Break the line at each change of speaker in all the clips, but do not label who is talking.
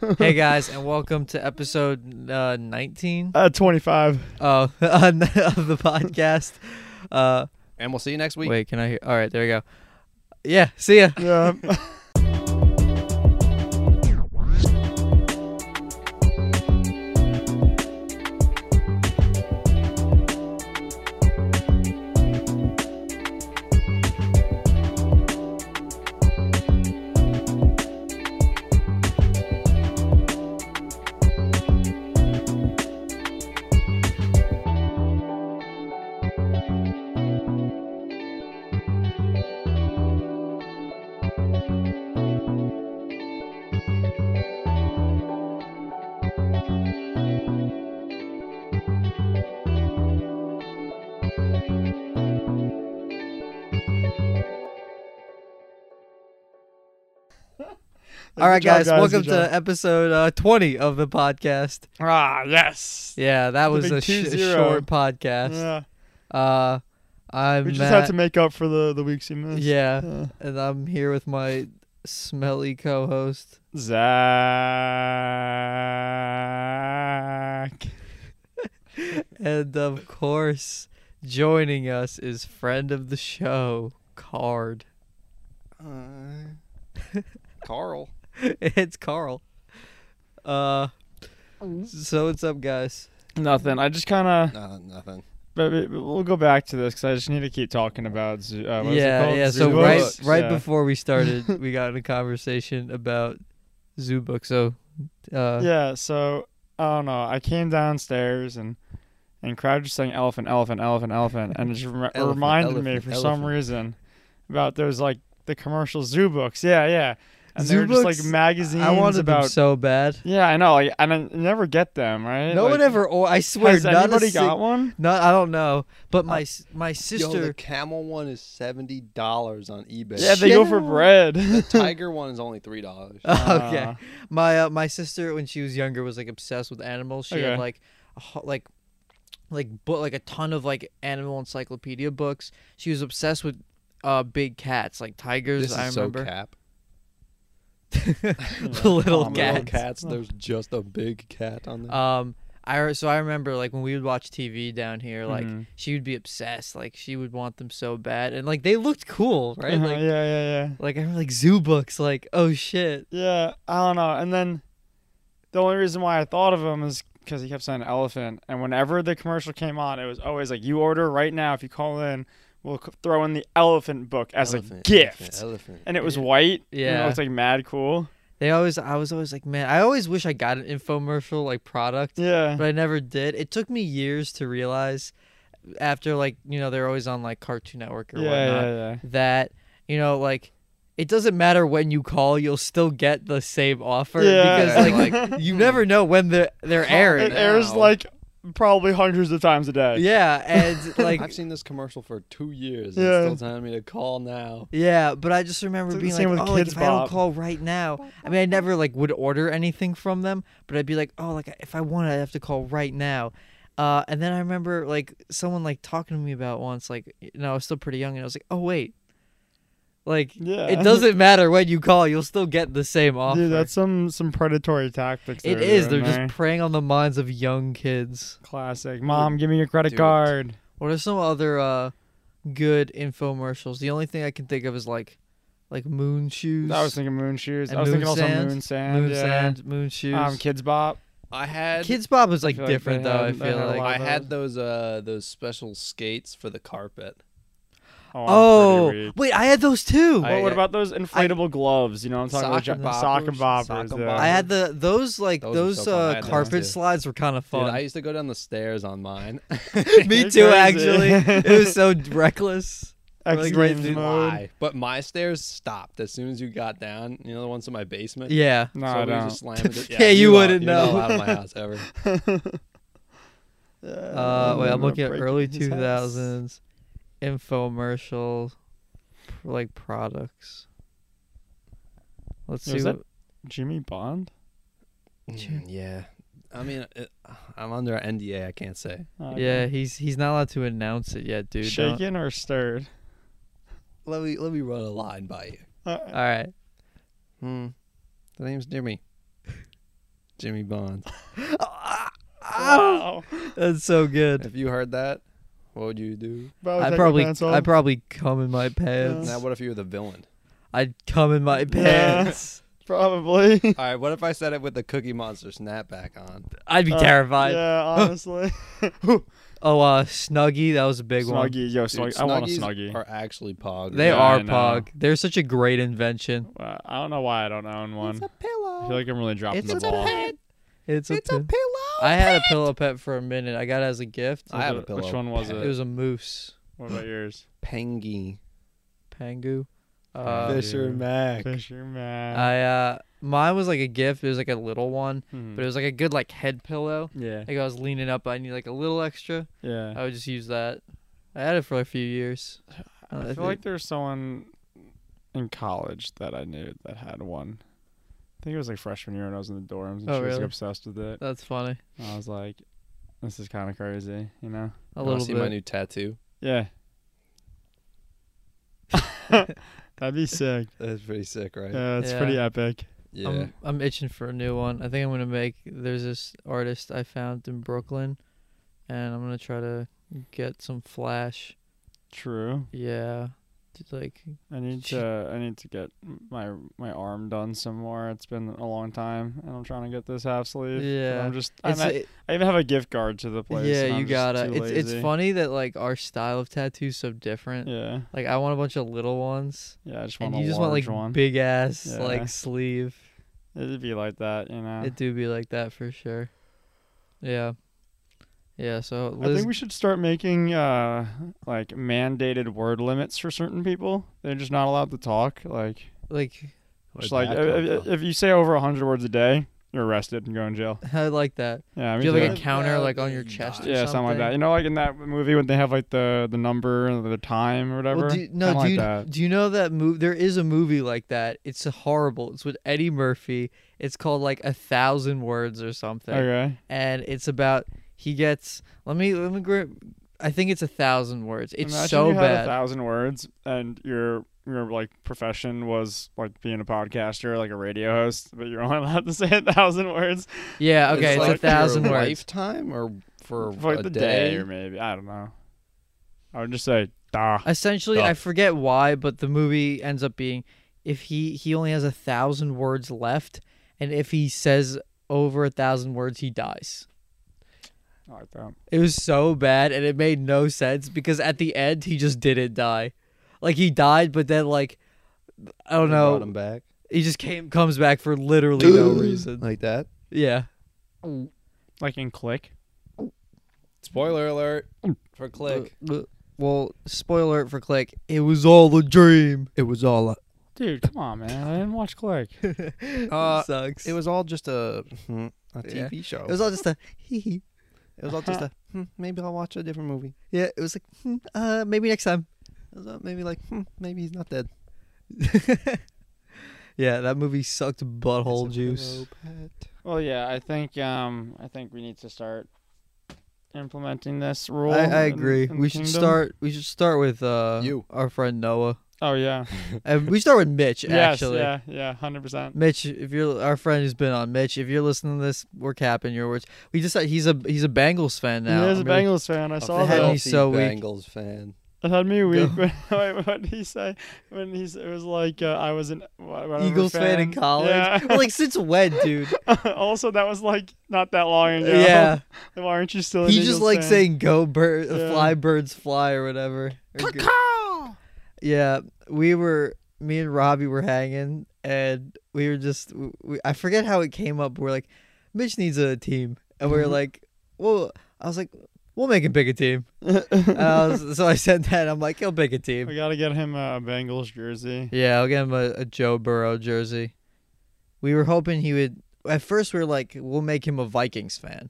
hey guys, and welcome to episode uh, 19
Uh, 25.
oh, on the- of the podcast. Uh,
And we'll see you next week.
wait, can I hear? All right, there we go. Yeah, see ya.
Yeah.
All right,
Good job,
guys, welcome to episode uh, 20 of the podcast.
Ah, yes.
Yeah, that was
big
a, sh- a
20.
short podcast.
Yeah.
Uh, I'm
We just
Matt.
had to make up for the, the weeks you missed.
yeah,
Yeah.
and I'm here with my smelly co-host.
Zach.
And of course, joining us is friend of the show, Card.
Uh,
Carl.
it's Carl. Uh, so what's up, guys?
Nothing. I just kind of.
Uh, nothing.
But we- we'll go back to this because I just need to keep talking about. Zoo, uh, what is it
yeah,
called?
yeah. So
Zoo
right,
books?
right
Yeah.
before we started, we got in a conversation about zoo books. So, uh,
yeah so i don't know i came downstairs and and crowd just saying elephant elephant elephant elephant and it just rem-
Elephant,
reminded me
elephant,
for some
elephant.
reason about those like the commercial zoo books yeah yeah and
Zoo
they're just like
books?
magazines
I wanted
about
them so bad.
yeah i know like, and i never get them right
No
Like,
one ever. Or I swear,
has
not
anybody
a sing-
got one
No, I don't know. But my s my sister.
Yo, the camel one is seventy dollars on eBay.
yeah they go for
Shit.
bread
The tiger one is only three dollars.
okay.
Uh,
My uh, my sister when she was younger was like obsessed with animals. She
Okay.
had like a, ho- like like book like a ton of like animal encyclopedia books. She was obsessed with uh big cats like tigers.
This is
I
so
remember
cap.
little
Oh,
cats.
Little cats. There's just a big cat on there.
Um, I re- so I remember like when we would watch TV down here, like
Mm-hmm.
Mhm.
she would be obsessed. Like she would want them so bad, and like they looked cool, right?
Uh-huh,
Like
yeah yeah yeah
like I remember like zoo books. Like oh shit.
Yeah, I don't know. And then the only reason why I thought of him is because he kept saying elephant. And whenever the commercial came on, it was always like, you order right now. If you call in, we'll c- throw in the elephant book as a gift.
Elephant. elephant.
And it was white. And
Yeah.
it looked like mad cool.
They always, I was always like, man, I always wish I got an infomercial like product,
Yeah.
but I never did. It took me years to realize, after like you know they're always on like Cartoon Network or
yeah,
whatnot,
yeah, yeah.
that you know like it doesn't matter when you call, you'll still get the same offer
Yeah.
because like, like you never know when they're they're airing.
It airs
now.
like probably hundreds of times a day.
Yeah, and
I've
like
seen this commercial for two years.
Yeah.
And it's still telling me to call now.
yeah, but I just remember
It's like the
being like,
same
oh,
with
like,
Kids
if I don't
Bop.
call right now, I mean, I never like would order anything from them, but I'd be like, oh, like if I want, I have to call right now. Uh, and then I remember like someone like talking to me about once, like you know, I was still pretty young, and I was like, oh wait, like
Yeah.
it doesn't matter when you call, you'll still get the same offer.
Dude, that's some some predatory tactics.
it
they're
is. They're
doing
just
there.
preying on the minds of young kids.
classic. Mom, give me your credit
Do it.
card.
What are some other uh good infomercials? The only thing I can think of is like like moon shoes.
I was thinking moon shoes.
And
I was thinking also
Moonsand.
moon sand.
moon
yeah.
sand, moon shoes.
uh, Um, kids bop.
I had
Kids Bob was
I
like
feel like they
different though. I
had- they
feel
had a
like
lot.
I had those uh those special skates for the carpet.
Oh, I'm pretty
oh
weak.
wait, Oh, I had those too.
I-
What, what about those inflatable gloves? You know, what I'm talking
Sock
about
boppers,
sock and boppers.
sock and
yeah.
boppers.
I had the those like
Those were
those,
so fun. I
uh,
had those
carpet
too.
slides were kind of
Dude,
fun.
I used to go down the stairs on mine.
Me
They're crazy.
too, actually. it was so reckless.
X
Like, right
Games
through-
mode.
Why? But my stairs stopped as soon as you got down. You know the ones in my basement.
Yeah.
No,
so
I
we
don't.
Just slammed it.
Yeah, you
are-
wouldn't
you're not
know.
allowed in my house ever.
Uh, wait, I'm looking at
Breaking
early
his
two
house.
thousands infomercial pr- like products. Let's see.
Was
what-
that Jimmy Bond?
Mm, yeah. I mean, it, I'm under an NDA. I can't say.
Oh,
Yeah,
okay.
he's he's not allowed to announce it yet, dude. Don't-
Shaken or stirred?
Let me let me run a line by you.
Uh,
All right.
Hmm. The name's Jimmy. Jimmy Bond.
Wow.
That's so good.
If you heard that, what would you do?
Bro,
I
take your
probably
pants
I
off.
probably come in my pants.
Now, what if you were the villain?
I'd come in my pants.
probably.
All right, what if I said it with the Cookie Monster snapback on?
I'd be
Uh,
terrified.
Yeah, honestly. Whew.
Oh, uh, Snuggie, that was a big one.
Snuggie, yo,
Dude,
Snuggie. I want a
Snuggies
Snuggie.
Are actually pog?
They
Yeah,
are
I know.
Pog. They're such a great invention.
Well, Uh, I don't know why I don't own one.
pillow.
I feel like I'm really dropping
It's
the
a
ball.
pet. It's, a, pin.
pillow.
I had a pillow pet for a minute. I got it as a gift.
I have a
Which
pillow
one was
pet.
It
it?
was a moose,
What about yours?
Pengy.
Pangu. Uh,
Fish.
Fisher
yeah.
Mac.
Fisher man.
I uh, mine was like a gift. It was like a little one,
Mhm.
but it was like a good like head pillow.
yeah.
Like I was leaning up, I need like a little extra.
Yeah.
I would just use that. I had it for a few years. Uh,
I feel like there was someone in college that I knew that had one. I think it was like freshman year when I was in the dorms and
Oh,
she was like
really?
obsessed with it.
that's funny.
And I was like, this is kind of crazy, you know?
A little
see
bit.
my new tattoo.
Yeah. That'd be sick.
That's pretty sick, right?
Yeah, it's
Yeah. Um,
pretty epic.
yeah.
I'm I'm itching for a new one. I think I'm gonna make. There's this artist I found in Brooklyn, and I'm gonna try to get some flash.
True.
Yeah, just like
I need
She-
to I need to get my my arm done some more. It's been a long time, and I'm trying to get this half sleeve. but
Yeah.
I'm just I'm
it's
at,
it-
I even have a gift card to the place. and
yeah,
I'm
you
just
gotta.
too
It's
lazy.
it's funny that like our style of tattoos so different.
Yeah,
Like I want a bunch of little ones,
yeah. I just want
and
a
you just want
large
like
one.
big ass
Yeah.
like sleeve.
It'd be like that, you know.
It do be like that for sure. Yeah, yeah. So
I
Liz,
think we should start making uh like mandated word limits for certain people. They're just not allowed to talk. Like,
like
Where'd
just like uh,
that come
if,
from?
if you say over hundred words a day, you're arrested and go in jail.
I like that.
Yeah,
Do
me
you have
too.
like a counter like on your chest? Or
Yeah, something like that. You know, like in that movie when they have like the the number and the time or whatever.
Well, do you, no,
Kinda
do you,
like that.
do you know that movie? There is a movie like that. It's horrible. It's with Eddie Murphy. It's called like a thousand words or something,
Okay.
and it's about he gets. Let me let me. Gr- I think it's a thousand words. It's
Imagine
so
you had A
bad.
thousand words, and your your like profession was like being a podcaster, like a radio host, but you're only allowed to say a thousand words
yeah, okay, it's,
like
a thousand
for a
words.
Lifetime or for,
for like
a
the
day?
day. or maybe I don't know. I would just say da.
Essentially, I
Duh.
forget why, but the movie ends up being if he he only has a thousand words left, and if he says over a thousand words, he dies.
I like that.
It was so bad and it made no sense because at the end he just didn't die. Like he died, but then like I don't
They brought
know.
him back
He just came comes back for literally no reason.
like that.
Yeah.
Like in click.
Spoiler alert for Click.
Well, spoiler alert for Click. It was all a dream. It was all a
Dude, come on, man! I didn't watch Click.
Uh,
sucks.
It was all just a hmm, a
Yeah.
TV show.
it was all just a hee hee.
It was all just a hmm, maybe I'll watch a different movie.
Yeah, it was like hmm, uh maybe next time. uh,
It was all- maybe like hmm, maybe he's not dead.
Yeah, that movie sucked butthole
It's a
juice.
pillow pet.
Well, yeah, I think um, I think we need to start implementing this rule.
I, I
in-
agree.
in the
we should
kingdom.
start. We should start with uh,
You.
our friend Noah.
Oh yeah.
And we start with Mitch.
yes.
actually,
Yeah. Yeah. Hundred percent.
Mitch, if you're our friend who's been on, Mitch, if you're listening to this, we're capping your words. We just he's a he's a Bengals fan
He
now.
is a
I'm really-
Bengals fan. I saw
they had
that.
me so weak.
Bengals fan.
It had me weak.
Go.
When, wait, what did he say? When he s- it was like uh, I was an wha- whatever
Eagles fan, in college.
Yeah.
We're like since when, dude?
also, that was like not that long ago.
yeah,
Why aren't you still? An
he just
Eagles
like
fan?
saying "Go bird,
Yeah.
fly birds fly" or whatever. Or go- Yeah, we were me and Robbie were hanging, and we were just we, I forget how it came up. We're like, Mitch needs a team, and
Mm-hmm.
we were like, well, I was like, we'll make him pick a team. And I was, so I said that I'm like, he'll pick a
We
team.
gotta get him a Bengals jersey.
Yeah, I'll get him a, a Joe Burrow jersey. We were hoping he would. At first, we were like, we'll make him a Vikings fan,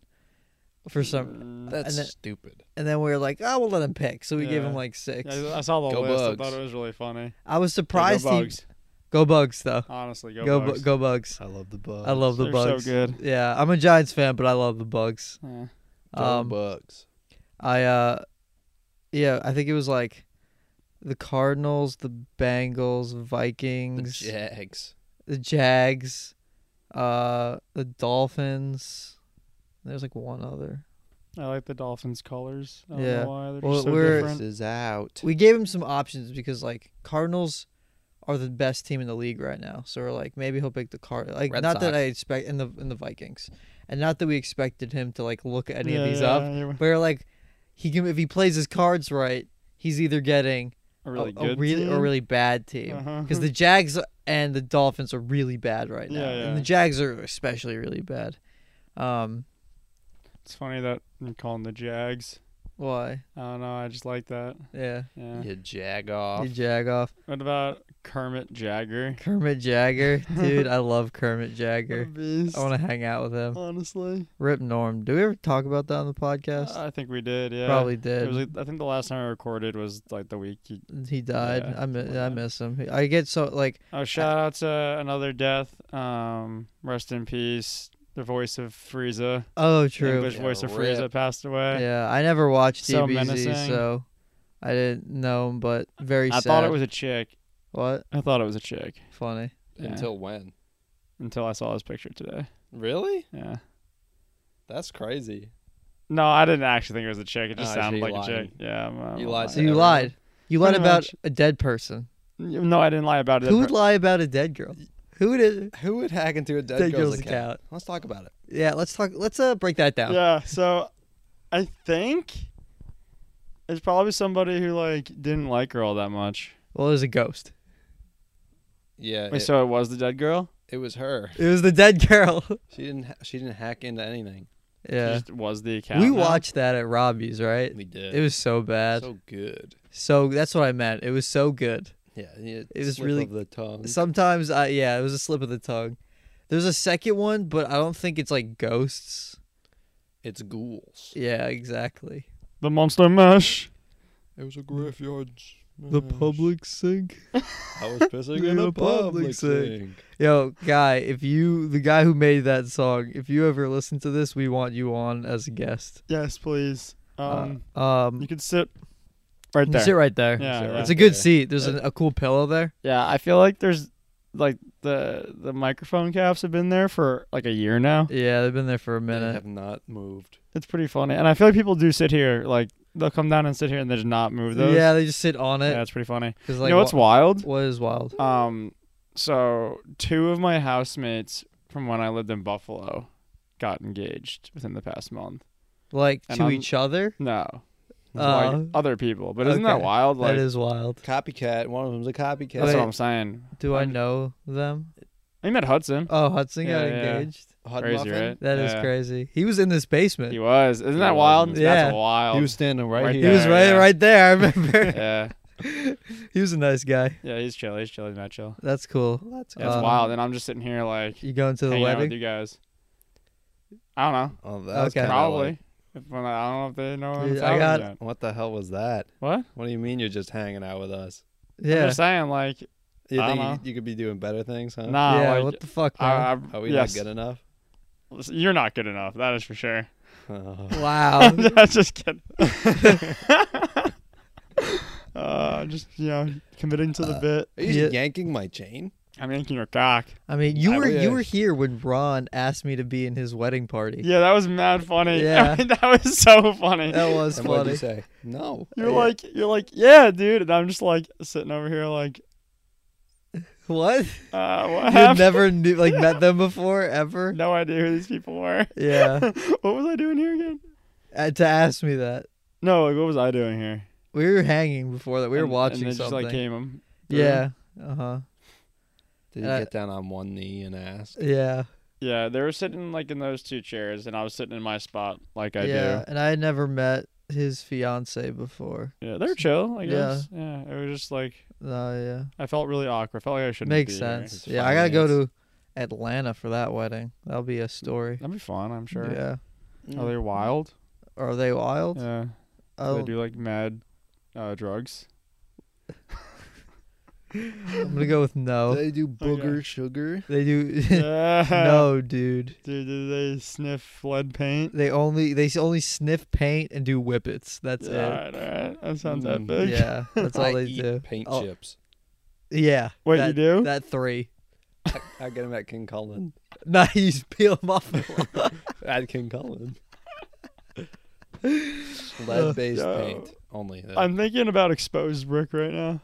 for some,
Mm.
That's
then-
stupid.
and then we were like, oh, we'll let him pick. So we gave him
Yeah.
like six.
Yeah, I saw the
Go
list. I
Bugs.
thought it was really funny.
I was
Go
surprised he
Bugs.
go bugs though.
Honestly, go,
Go go
Bugs.
bugs. Go bugs.
I love the bugs.
I love the
They're so
Bugs.
good.
Yeah, I'm a Giants fan, but I love the Bugs.
Yeah.
Go
Um,
bugs.
I uh, yeah, I think it was like the Cardinals, the Bengals,
The
Vikings,
Jags.
the Jags, uh, the Dolphins. There's like one other.
I like the Dolphins' colors. I don't
Yeah.
know why they're
Well,
just so
we're-
different.
is out.
We gave him some options because like Cardinals are the best team in the league right now. So we're like maybe he'll pick the card. Like
Red
not that
Sox.
I expect in the in the Vikings, and not that we expected him to like look any
Yeah,
of these
yeah,
up.
yeah,
But we're like he can if he plays his cards right, he's either getting
A really
a, a
good
really
team.
or really bad team.
Uh-huh.
because the Jags and the Dolphins are really bad right now,
Yeah, yeah.
and the Jags are especially really bad. Um,
It's funny that you call them the Jags.
why?
I don't know. I just like that.
Yeah,
Yeah.
You jag
the
off.
Jag off
What about Kermit Jagger?
Kermit Jagger, dude. I love Kermit
What a
Jagger.
beast,
I want to hang out with him.
honestly.
Rip Norm. Do we ever talk about that on the podcast?
I think we did. Uh, Yeah.
Probably
It
did.
was. like- I think the last time I recorded was like the week. He,
he died.
Yeah,
I miss,
yeah.
I miss him. I get so like
oh, shout out to another death. Um, rest in peace. The voice of Frieza,
oh
the
true.
English
Yeah,
voice of
rip.
Frieza, passed away.
Yeah, I never watched
Uh, So
DBZ, so,
menacing.
I didn't know him, but very
I
sad.
thought it was a chick.
what
I thought it was a chick
funny.
Yeah.
Until when?
until I saw his picture today.
Really?
Yeah.
That's crazy.
No, I didn't actually think it was a chick. It just
Ah, so
sounded
you
like
lied.
a chick. Yeah. I'm, I'm a
You lied
liar.
So
to
you
everyone.
lied. You lied
Pretty
about
much.
a dead person.
No, I didn't lie about it.
Who would lie about a dead girl? Who would it?
Who would hack into a dead,
Dead
girl's,
girl's
account?
account.
Let's talk about it.
Yeah, let's talk. Let's uh break that down.
Yeah, so I think it's probably somebody who like didn't like her all that much.
Well, it was a ghost.
Yeah.
Wait,
It,
so it was the dead girl?
it was her.
It was the dead girl.
She didn't. Ha- she didn't hack into anything.
It
yeah,
just was the account.
we
now?
watched that at Robbie's, right?
We did.
It was so bad. So,
so good.
that's what I meant. It was so good.
Yeah. yeah,
It was
slip
really-
of the tongue.
Sometimes, I yeah, it was a slip of the tongue. There's a second one, but I don't think it's like ghosts.
It's ghouls.
Yeah, exactly.
the monster mash.
It was a graveyard.
Oh, sink.
I was pissing in a public sink.
Yo, guy, if you the guy who made that song, if you ever listen to this, we want you on as a guest.
Yes, please. Um,
Uh, um,
you can sit right
You
there.
sit right there.
Yeah,
Sit right
It's a good
there.
seat. There's an, a cool pillow there.
yeah, I feel like there's like the the microphone caps have been there for like a year now.
Yeah, they've been there for a
They
minute.
have not moved.
It's pretty funny, and I feel like people do sit here. Like they'll come down and sit here, and they just not move those.
Yeah, they just sit on
yeah,
it.
it's pretty funny.
Cause like,
you know what's wild?
wa- what is wild?
Um, so two of my housemates from when I lived in Buffalo got engaged within the past month.
Like
And
to
I'm-
each other.
No, to, like
Oh.
other people, but isn't that
okay.
wild? Like
that is wild.
Copycat. One of them's a copycat.
Wait.
that's what I'm saying.
Do I
I'm-
know them?
I met Hudson.
Oh, Hudson got
Yeah, yeah.
engaged.
Hot
Crazy,
muffin.
right?
That is
Yeah.
crazy. He was in this basement.
He was. Isn't
He
that
was.
wild?
Yeah.
That's wild.
He was standing right,
Right
here.
He was
there,
right,
yeah.
right there. I remember.
yeah,
he was a nice guy.
yeah. He's chill. He's chill. He's not chill.
That's cool. That's
Yeah, it's wild. And I'm just sitting here like
Uh, You going to the
hanging out with
wedding?
you guys. I don't know.
Oh, that was
Okay.
kinda
Probably.
like-
If, when I I don't know if they know. what
Dude,
I'm
I
talking
got-
about.
what the hell was that?
What?
What do you mean you're just hanging out with us?
I'm
Yeah.
just saying, like,
You
I
think
dunno.
you, you could be doing better things, huh?
nah,
Uh, Yeah.
like,
What the fuck, man?
I, I,
Are we
yes.
not good enough?
Listen, You're not good enough. That is for sure.
Oh,
wow.
I'm just- just kidding. uh, just you know, committing to the
Uh,
bit.
Are you
Yeah.
yanking my chain?
I'm yanking your cock.
I mean, you
I
were you were
wish.
here when Ron asked me to be in his wedding party.
Yeah, that was mad funny.
Yeah.
I mean, that was so funny.
That was
and what did
funny.
you say? No.
You're
yeah.
like, you're like, yeah, dude. And I'm just like sitting over here, like,
What?
uh, what
You
happened?
never knew like met them before ever.
No idea who these people were.
Yeah,
what was I doing here again?
Uh, to ask me that
No, like, what was I doing here?
we were hanging before that we were
And-
watching
and they
something.
Just, like, came 'em through.
yeah. Uh huh.
Did you
Uh,
get down on one knee and ask?
Yeah.
Yeah, they were sitting like in those two chairs, and I was sitting in my spot, like I
yeah. And I had never met his fiance before.
do. Yeah, they're chill. I
Yeah.
guess. Yeah. it was just like
Oh yeah.
I felt really awkward. I felt like I shouldn't.
Makes
be
sense.
His
Yeah, I gotta go
finance.
to Atlanta for that wedding. That'll be a story.
Here. That'd be fun. I'm sure.
Yeah. Mm.
Are they wild?
Are they wild? Oh,
Yeah. Do
I'll-
they do like mad uh, drugs.
I'm gonna go with
Do
no.
they do booger
Okay.
sugar?
They do.
yeah.
no, dude.
Dude, do they sniff lead paint?
They only they s- only sniff paint and do whippets. That's
all right, all right. That sounds
Mm,
it.
epic.
Yeah, that's all
I
they
eat
do.
Paint
Oh.
chips.
Yeah.
Wait,
that,
you do?
that three.
I, I get him at King Cullen.
No, you just peel them off.
At King Cullen. Lead based
Yo.
paint only. though.
I'm thinking about exposed brick right now.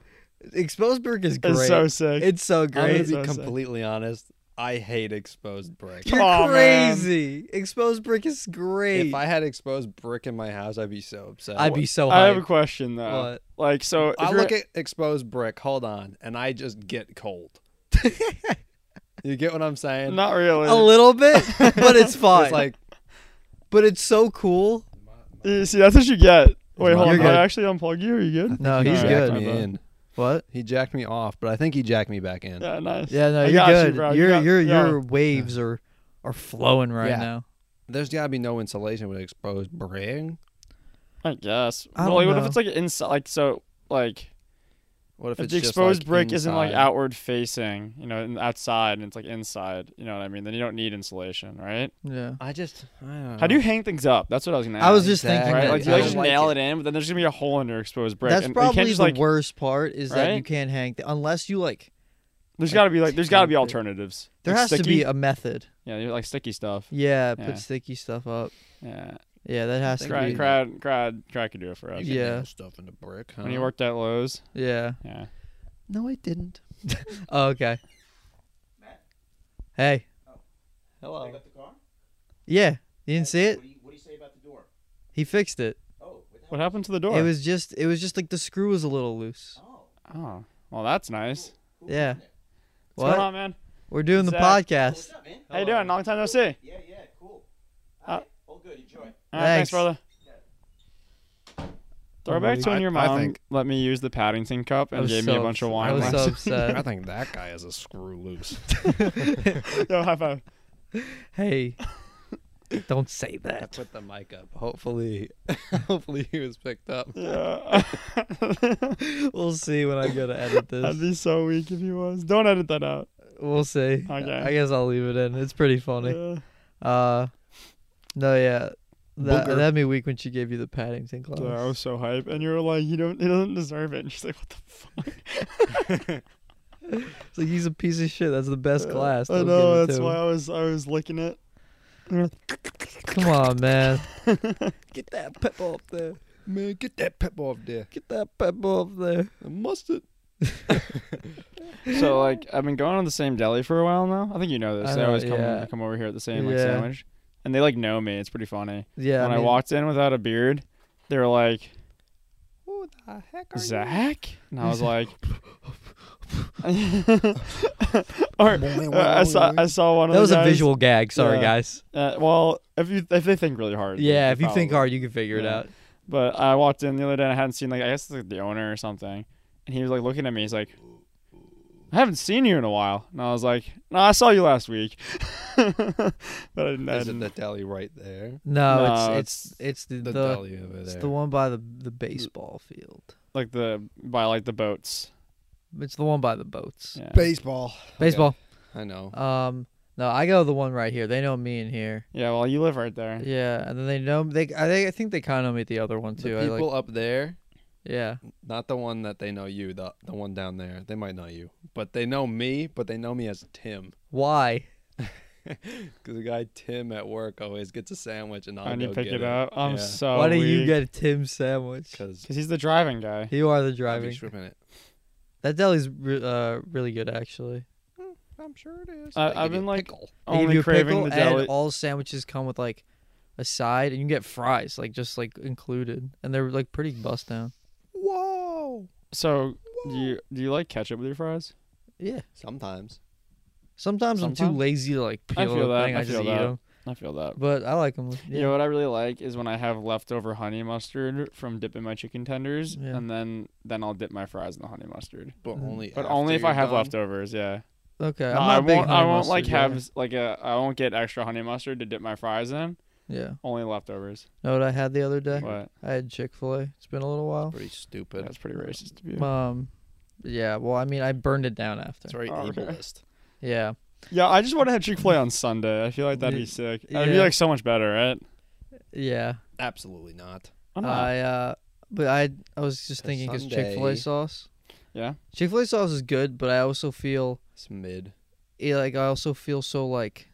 Exposed brick is great.
It's so sick.
It's so
I'm
great.
gonna
It's
be
so sick.
completely honest. I hate exposed brick.
You're
Aw, man.
crazy. Exposed brick is great.
If I had exposed brick in my house, I'd be so upset.
I'd be so
I have a
hyped.
question though.
What?
Like so, if
I
you're-
look at exposed brick. Hold on, and I just get cold. you get what I'm saying?
not really.
A little bit, but it's fine.
It's like
but it's so cool.
You Uh, see, that's what you get. Wait,
You're
hold on. Did
good.
I actually unplug you? Are you good?
No,
he
he's
jacked
good.
me
bad.
in.
What?
He jacked me off, but I think he jacked me back in.
Yeah, nice.
Yeah, no,
I
you're
got you,
good.
bro. You
your
got-
your
yeah.
your waves are are flowing right
Yeah.
now.
There's gotta be no insulation with exposed brick.
I guess.
I
well, like,
don't
what if
know.
it's like inside? Like so, like
What if,
if
it's
the
just,
exposed
like,
brick isn't like
inside?
outward facing, you know, and outside, and it's like inside. You know what I mean? Then you don't need insulation, right?
Yeah.
I just. I don't know.
How do you hang things up? That's what I was gonna.
Oh. I was
ask.
just thinking
Exactly.
right.
that-
Like, do you
I
like
don't
just
like
nail
it.
it. in? But then there's gonna be a hole under exposed brick.
That's
and you
probably
can't just,
the
like,
worst part is that you
Right?
can't hang th- unless you like.
There's gotta be like there's gotta be
Tape it.
alternatives.
There
Like,
has to
sticky?
be a method.
yeah, you like sticky stuff.
Yeah,
Yeah.
put sticky stuff up.
Yeah,
Yeah, that has to
Try-
be.
crowd, crowd, crowd, crowd could do it for us.
You can
Yeah.
nail Stuff into brick. Huh?
When you worked at Lowe's,
Yeah.
yeah,
No, I didn't.
Oh, okay. Hey.
Hello.
Pick up the car?
Yeah. You didn't see it?
What do you, what do you say about the door?
He fixed it.
Oh, what the hell?
what happened to the door?
It was just it was just like the screw was a little loose.
Oh,
oh, well, that's nice.
cool.
Yeah.
What's going
What?
on, man?
We're doing the
Zach.
Oh,
podcast.
what's up, man?
How you doing? Long time no see. All right,
Yeah, yeah, cool.
Uh,
All right, all good. Enjoy.
Thanks.
thanks, brother. Throwback to when
I-
your
I
mom
think-
let me use the Paddington cup
I
and
was
gave me
so
a bunch of
upset.
wine.
I was so
last-
I
upset.
think that guy is a screw loose.
Yo, high five.
hey. Don't say
I
that.
put the mic up. Hopefully, hopefully he was picked up.
Yeah.
We'll see when I go to edit
That'd
this.
be so weak if he was. Don't edit that out.
We'll see.
Okay.
I guess I'll leave it in. It's pretty funny.
Yeah.
Uh No, yeah. That
Booger.
that'd be weak when she gave you the Paddington class.
Dude, I was so hype, and you were like, "You don't, he doesn't deserve it." And she's like, "What the fuck?"
It's like he's a piece of shit. That's the best class.
Uh, I
Don't give
know.
it
That's
to
why
him.
I was, I was licking it.
Come on, man. Get that pebble up there.
Man, get that pep off there.
Get that pebble up there.
The mustard.
So like I've been going to the same deli for a while now. I think you know this.
I
They
know,
always come
yeah.
I come over here at the same like
Yeah.
sandwich, and they like know me. It's pretty funny.
Yeah.
when I,
I mean,
walked in without a beard, they were like
Who the heck are
Zach, and I was like, or
Boing,
uh, I
boing,
saw
boing.
I saw one of
that was
the
a
guys-
visual gag. Sorry,
Yeah.
guys.
Uh, well, if you if they think really hard,
Yeah,
they
if you think
probably-
hard, you can figure it
Yeah.
out.
But I walked in the other day and I hadn't seen like I guess it's like the owner or something, and he was like looking at me. He's like, "I haven't seen you in a while," and I was like, "No, I saw you last week." but I didn't. I
Is it
didn't.
the deli right there?
No,
No,
it's it's it's the,
The,
the,
deli over
it's
there.
the one by the the baseball field.
like the by like the boats.
It's the one by the boats.
Yeah.
Baseball.
Baseball.
I know.
Um. No, I go to the one right here. They know me in here.
Yeah, well, you live right there.
Yeah, and then they know they. I, think- I think they kind of know me at the other one
The
too. I
people
like.
up there,
Yeah.
not the one that they know you, the the one down there. They might know you, but they know me. But they know me as Tim,
Why?
because the guy Tim at work always gets a sandwich, and I'll
and you
go
pick
get
it up. I'm
Yeah.
so.
Why do you
weak.
get a Tim sandwich?
Because
Oh, Cause he's the driving guy.
You are the
driving.
driving. That deli's re- uh, really good actually.
I'm sure it is.
I- I've
They give you
been,
a
like,
pickle.
They give
Only
you a
craving
pickle,
the
and
deli.
all sandwiches come with like a side, and you can get fries like just like included, and they're like pretty bust down.
Whoa.
So do you do you like ketchup with your fries?
Yeah.
Sometimes.
Sometimes, I'm too
Sometimes.
lazy to like peel
I feel
the
that,
thing. I,
I
just
feel
eat
that.
them,
I feel that.
but I like them. Yeah.
You know what I really like is when I have leftover honey mustard from dipping my chicken tenders,
Yeah.
and then then I'll dip my fries in the honey mustard.
But
Mm.
only.
Mm-hmm. But only
after
if
you're
I have
done.
leftovers. Yeah.
okay.
No,
I'm not
I
a big
won't. I
honey
won't like
mustard guy.
have s- like a. I won't get extra honey mustard to dip my fries in.
Yeah.
Only leftovers.
Know what I had the other day?
But
I had Chick Fil A. It's been a little while.
Pretty stupid.
that's pretty racist of you.
Um. Yeah. Well, I mean, I burned it down after.
It's very
Oh, okay.
ableist.
Yeah.
Yeah, I just want to have Chick Fil A on Sunday. I feel like that'd
Yeah.
be sick. That'd be
Yeah.
like so much better, right?
Yeah.
Absolutely not.
Why not?
I uh. But I I was just thinking because Chick Fil A
Sunday.
sauce.
yeah.
Chick Fil A sauce is good, but I also feel
It's mid.
it, like I also feel so like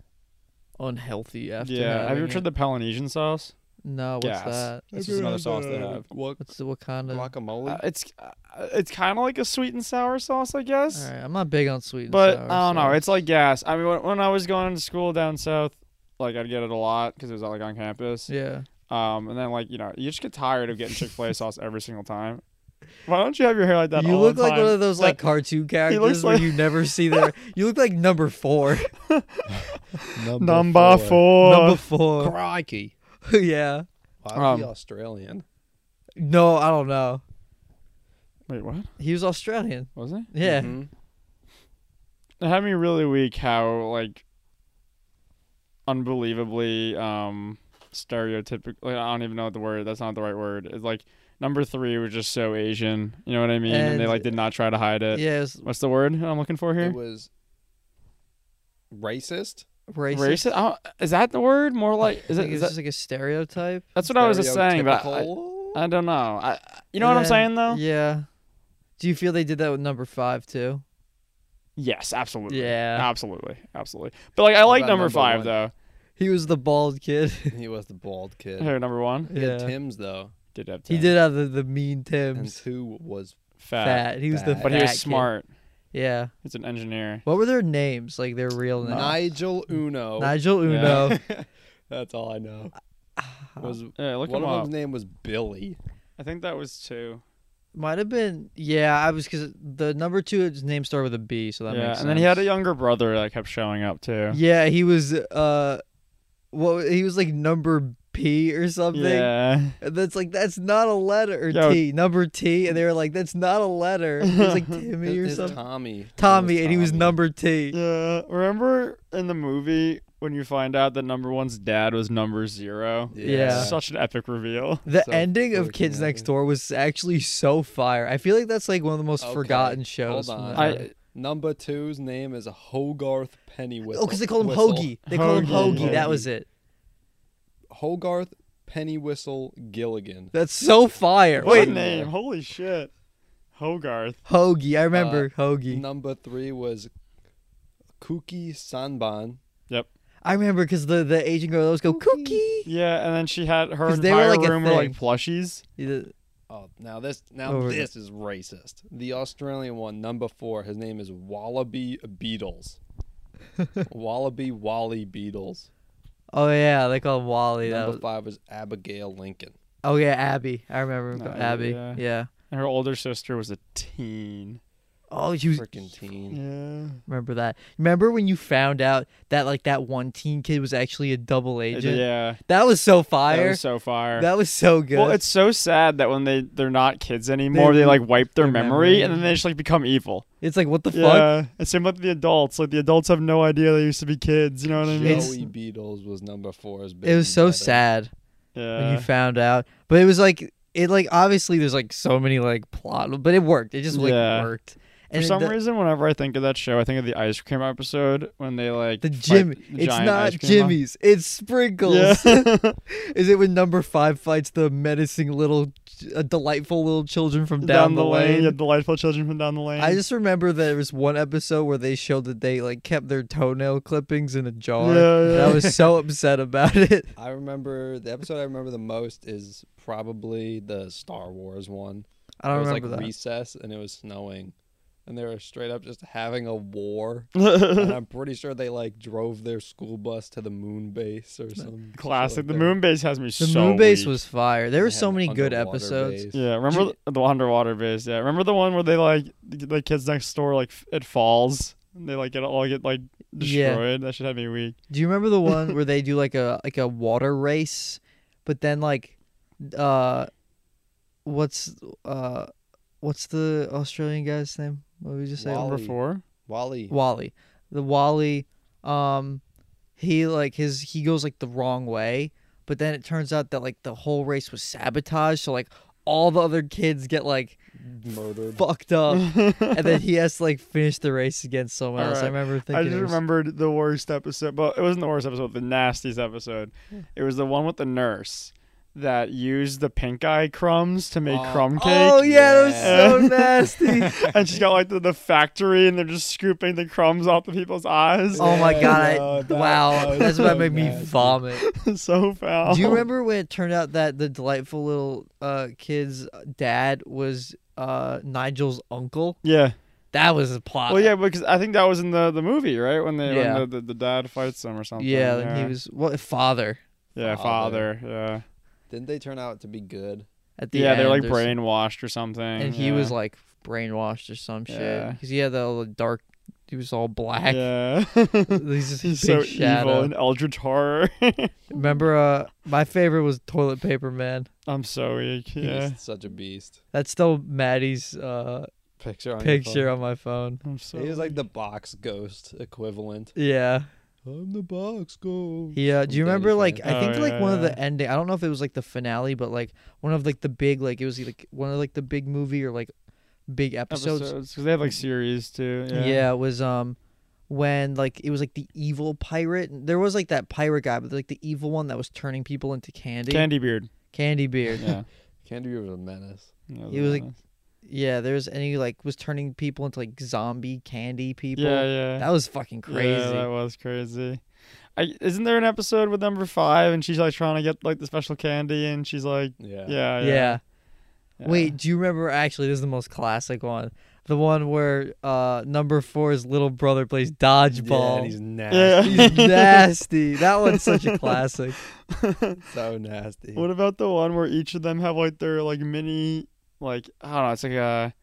unhealthy after.
yeah. Have you
having
ever tried
it.
the Polynesian sauce?
No, what's
Gas.
that?
That's just another sauce they have.
What's the what kind of? All
Guacamole.
Uh, it's uh, it's kind of like a sweet and sour sauce, I guess.
right, I'm not big on sweet. and
But
sour,
I don't know.
so-
It's like gas. I mean, when, when I was going to school down south, like I'd get it a lot because it was like on campus.
yeah.
Um, and then like you know, you just get tired of getting Chick Fil A sauce every single time. Why don't you have your hair like that?
You
all
look
the
like one
time?
of those like
That-
cartoon characters
like-
where you never see their. You look like number four.
number four.
number four.
Crikey.
yeah.
Why
Um,
is he Australian?
No, I don't know.
Wait, what
He was Australian.
was it?
Yeah. Mm-hmm.
Mhm.
It had me really weak. How like unbelievably um stereotypical. Like, I don't even know what the word. That's not the right word. It's like number three was just so Asian. You know what I mean? And, they
And-
like did not try to hide it.
Yeah, it was
What's the word I'm looking for here?
It was racist.
racist.
Racist? I don't- Is that the word? More like is
I
it? Is
think it's
that,
just like a stereotype.
that's what I was just saying, but I,
Stereotypical?
I don't know. I, I- you know what I'm
And
saying
then-
though?
Yeah. Do you feel they did that with number five too?
Yes, absolutely.
Yeah.
absolutely, absolutely. But like, I like
about
number,
number
five
one?
though.
He was the bald kid.
he was the bald kid.
Here, number one
He had
yeah.
Tim's though,
did have
He
ten.
did have the, the mean
and
Tim's.
two was
fat,
Fat. He was the
Fat.
but he was
fat kid.
smart.
Yeah.
He's an engineer.
What were their names? Like their real names?
Nigel Uno.
Nigel Uno.
That's all I know.
Ah.
Was
Yeah, look
one
him
of
up.
them's name was Billy.
I think that was two.
Might have been. Yeah, I was because the number two his name started with a B, so that
yeah,
makes sense.
and then he had a younger brother that kept showing up too.
Yeah, he was. Uh, what he was like number P or something.
Yeah.
And that's like that's not a letter. Or
Yo.
T number T, and they were like that's not a letter. He was like Timmy or
His- his
something.
Tommy. His name was
Tommy, and he was
Tommy.
number T.
Yeah. Remember in the movie when you find out that number one's dad was number zero?
Yeah.
Such an epic reveal.
The
So
ending of
freaking
Kids Next
epic.
Door was actually so fire. I feel like that's like one of the most
Okay,
forgotten shows.
Hold
from
on.
that era.
I
Number two's name is Hogarth Pennywhistle.
oh, because they call him
Whistle.
Hoagie. They call him
Hoagie.
Hoagie. That
Hoagie.
was it.
Hogarth Pennywhistle Gilligan.
That's so fire.
what
Wait,
a name. Holy shit. Hogarth.
Hoagie. I remember
Uh,
Hoagie.
Number three was Kuki Sanban.
I remember because the the Asian girl always go cookie.
Yeah, and then she had her
'Cause they were
entire
like a
room were like
thing.
plushies.
Oh, now this now
Over the-
this is racist. The Australian one, number four, his name is Wallaby Beatles. Wallaby Wally Beatles.
Oh yeah, they call him Wally. That
Number
was,
five is Abigail Lincoln.
oh yeah, Abby. I remember him called
Abby,
Abby. Yeah.
Oh, yeah. And her older sister was a teen.
Oh, you
Freaking teen.
Yeah.
remember that? Remember when you found out that like that one teen kid was actually a double agent?
Yeah.
That was so
That
fire.
was so fire.
That was so good.
Well, it's so sad that when they they're not kids anymore, they,
They
like wipe their,
their
memory,
memory.
and then they just like become evil.
It's like what the fuck?
Yeah, and same with the adults. Like the adults have no idea they used to be kids. You know what I
Joey
mean?
It's-
Beatles was number four. His
It
baby
was so
brother.
sad when
yeah,
you found out, but it was like it like obviously there's like so many like plot, but it worked. It just like
Yeah.
worked.
For
it-
some
the-
reason, whenever I think of that show, I think of the ice cream episode when they like
The
fight
Jimmy.
the
it's
giant
not
ice cream mon-
Jimmy's. It's Sprinkles.
Yeah.
Is it when number five fights the menacing little, uh, delightful little children from
down,
down,
the, lane,
lane?
yeah, delightful children from down the lane.
I just remember there was one episode where they showed that they like kept their toenail clippings in a jar.
Yeah,
and
yeah.
I was so upset about it.
I remember the episode I remember the most is probably the Star Wars one.
I don't
it was
remember
like
that.
recess and it was snowing. And they were straight up just having a war. and
just
I'm pretty sure they like drove their school bus to the moon base or something.
classic. The moon base has me
the
so.
moon base
weak.
was fire. There were so many good episodes.
Yeah, remember the, the underwater base? Yeah, remember the one where they like the the kids next door like f- it falls and they like it all get like
Yeah.
destroyed. That should have me weak.
Do you remember the one where they do like a like a water race, but then like, uh, what's uh, what's the Australian guy's name? What did we just say?
Wally.
Number four.
Wally.
Wally. The Wally, um, he like his he goes like the wrong way, but then it turns out that like the whole race was sabotage. So like all the other kids get like
murdered.
fucked up, and then he has to like finish the race against someone
All
else. I
right.
remember thinking.
I
it
just
was-
remembered the worst episode, but it wasn't the worst episode, the nastiest episode. It was the one with the nurse. that used the pink eye crumbs to make
Oh.
crumb cake.
Oh yeah, that was
Yeah.
so nasty.
and she's got like the, the factory and they're just scooping the crumbs off the people's eyes.
Oh my
Yeah,
god! I,
no, that
wow,
was
that's what
so
made me
nasty.
vomit.
so foul.
Do you remember when it turned out that the delightful little uh, kid's dad was uh, Nigel's uncle?
Yeah.
That was a plot.
Well, yeah, because I think that was in the, the movie, right? When they
Yeah.
when the, the, the dad fights them or something.
yeah. and he was well, father
yeah
Father.
father. Yeah.
Didn't they turn out to be good?
at the
yeah,
end.
they're like
or some-
brainwashed or something.
and he
yeah.
was like brainwashed or some shit
Yeah.
because he had the, all the dark. He was all black.
Yeah.
He's
He's
just He's
so
big shadow.
evil and eldritch horror.
Remember, uh, my favorite was Toilet Paper Man.
I'm so weak.
He
Yeah.
was such a beast.
That's still Maddie's uh,
Picture on your
picture on my phone.
I'm so
phone. He was like the box ghost equivalent.
Yeah.
I'm the box ghost.
Yeah, do you
from Danny
remember like
Phantom.
I
Oh,
think like
yeah,
one of
yeah.
the ending I don't know if it was like the finale, but like one of like the big like it was like one of like the big movie or like big episodes.
episodes because they have like series too.
Yeah.
Yeah.
it was um when like it was like the evil pirate. There was like that pirate guy, but like the evil one that was turning people into candy.
Candy Beard.
candy beard.
Yeah.
Candy was a menace.
Yeah,
He was, like,
that's-
yeah, there was and he like was turning people into like zombie candy people.
Yeah, yeah.
That was fucking crazy.
Yeah, that was crazy. I, isn't there an episode with number five and she's like trying to get like the special candy and she's like,
Yeah.
yeah, yeah.
yeah.
yeah.
Wait, do you remember? Actually, this is the most classic one. The one where uh, number four's little brother plays
Yeah, and
dodgeball.
he's
Yeah.
nasty.
he's nasty. That one's such a classic.
so nasty.
What about the one where each of them have like their like mini, like I don't know, it's like a,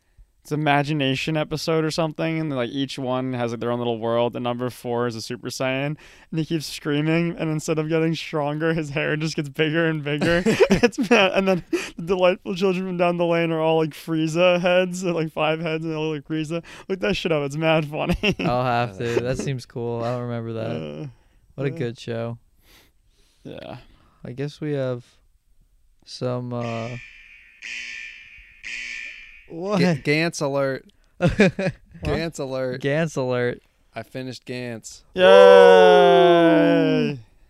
it's imagination episode or something, and like each one has like their own little world. And number four is a Super Saiyan, and he keeps screaming, and instead of getting stronger, his hair just gets bigger and bigger. it's mad. And then the delightful children from down the lane are all like Frieza heads, they're, like five heads, and they all look like Frieza. Look that shit up. It's mad funny.
I'll have to. That seems cool. I don't remember that.
Uh,
What a
yeah.
good show.
yeah.
I guess we have some. Uh... What?
Ga- Gantz alert. Gantz alert.
Gans alert.
I finished Gantz.
Yay!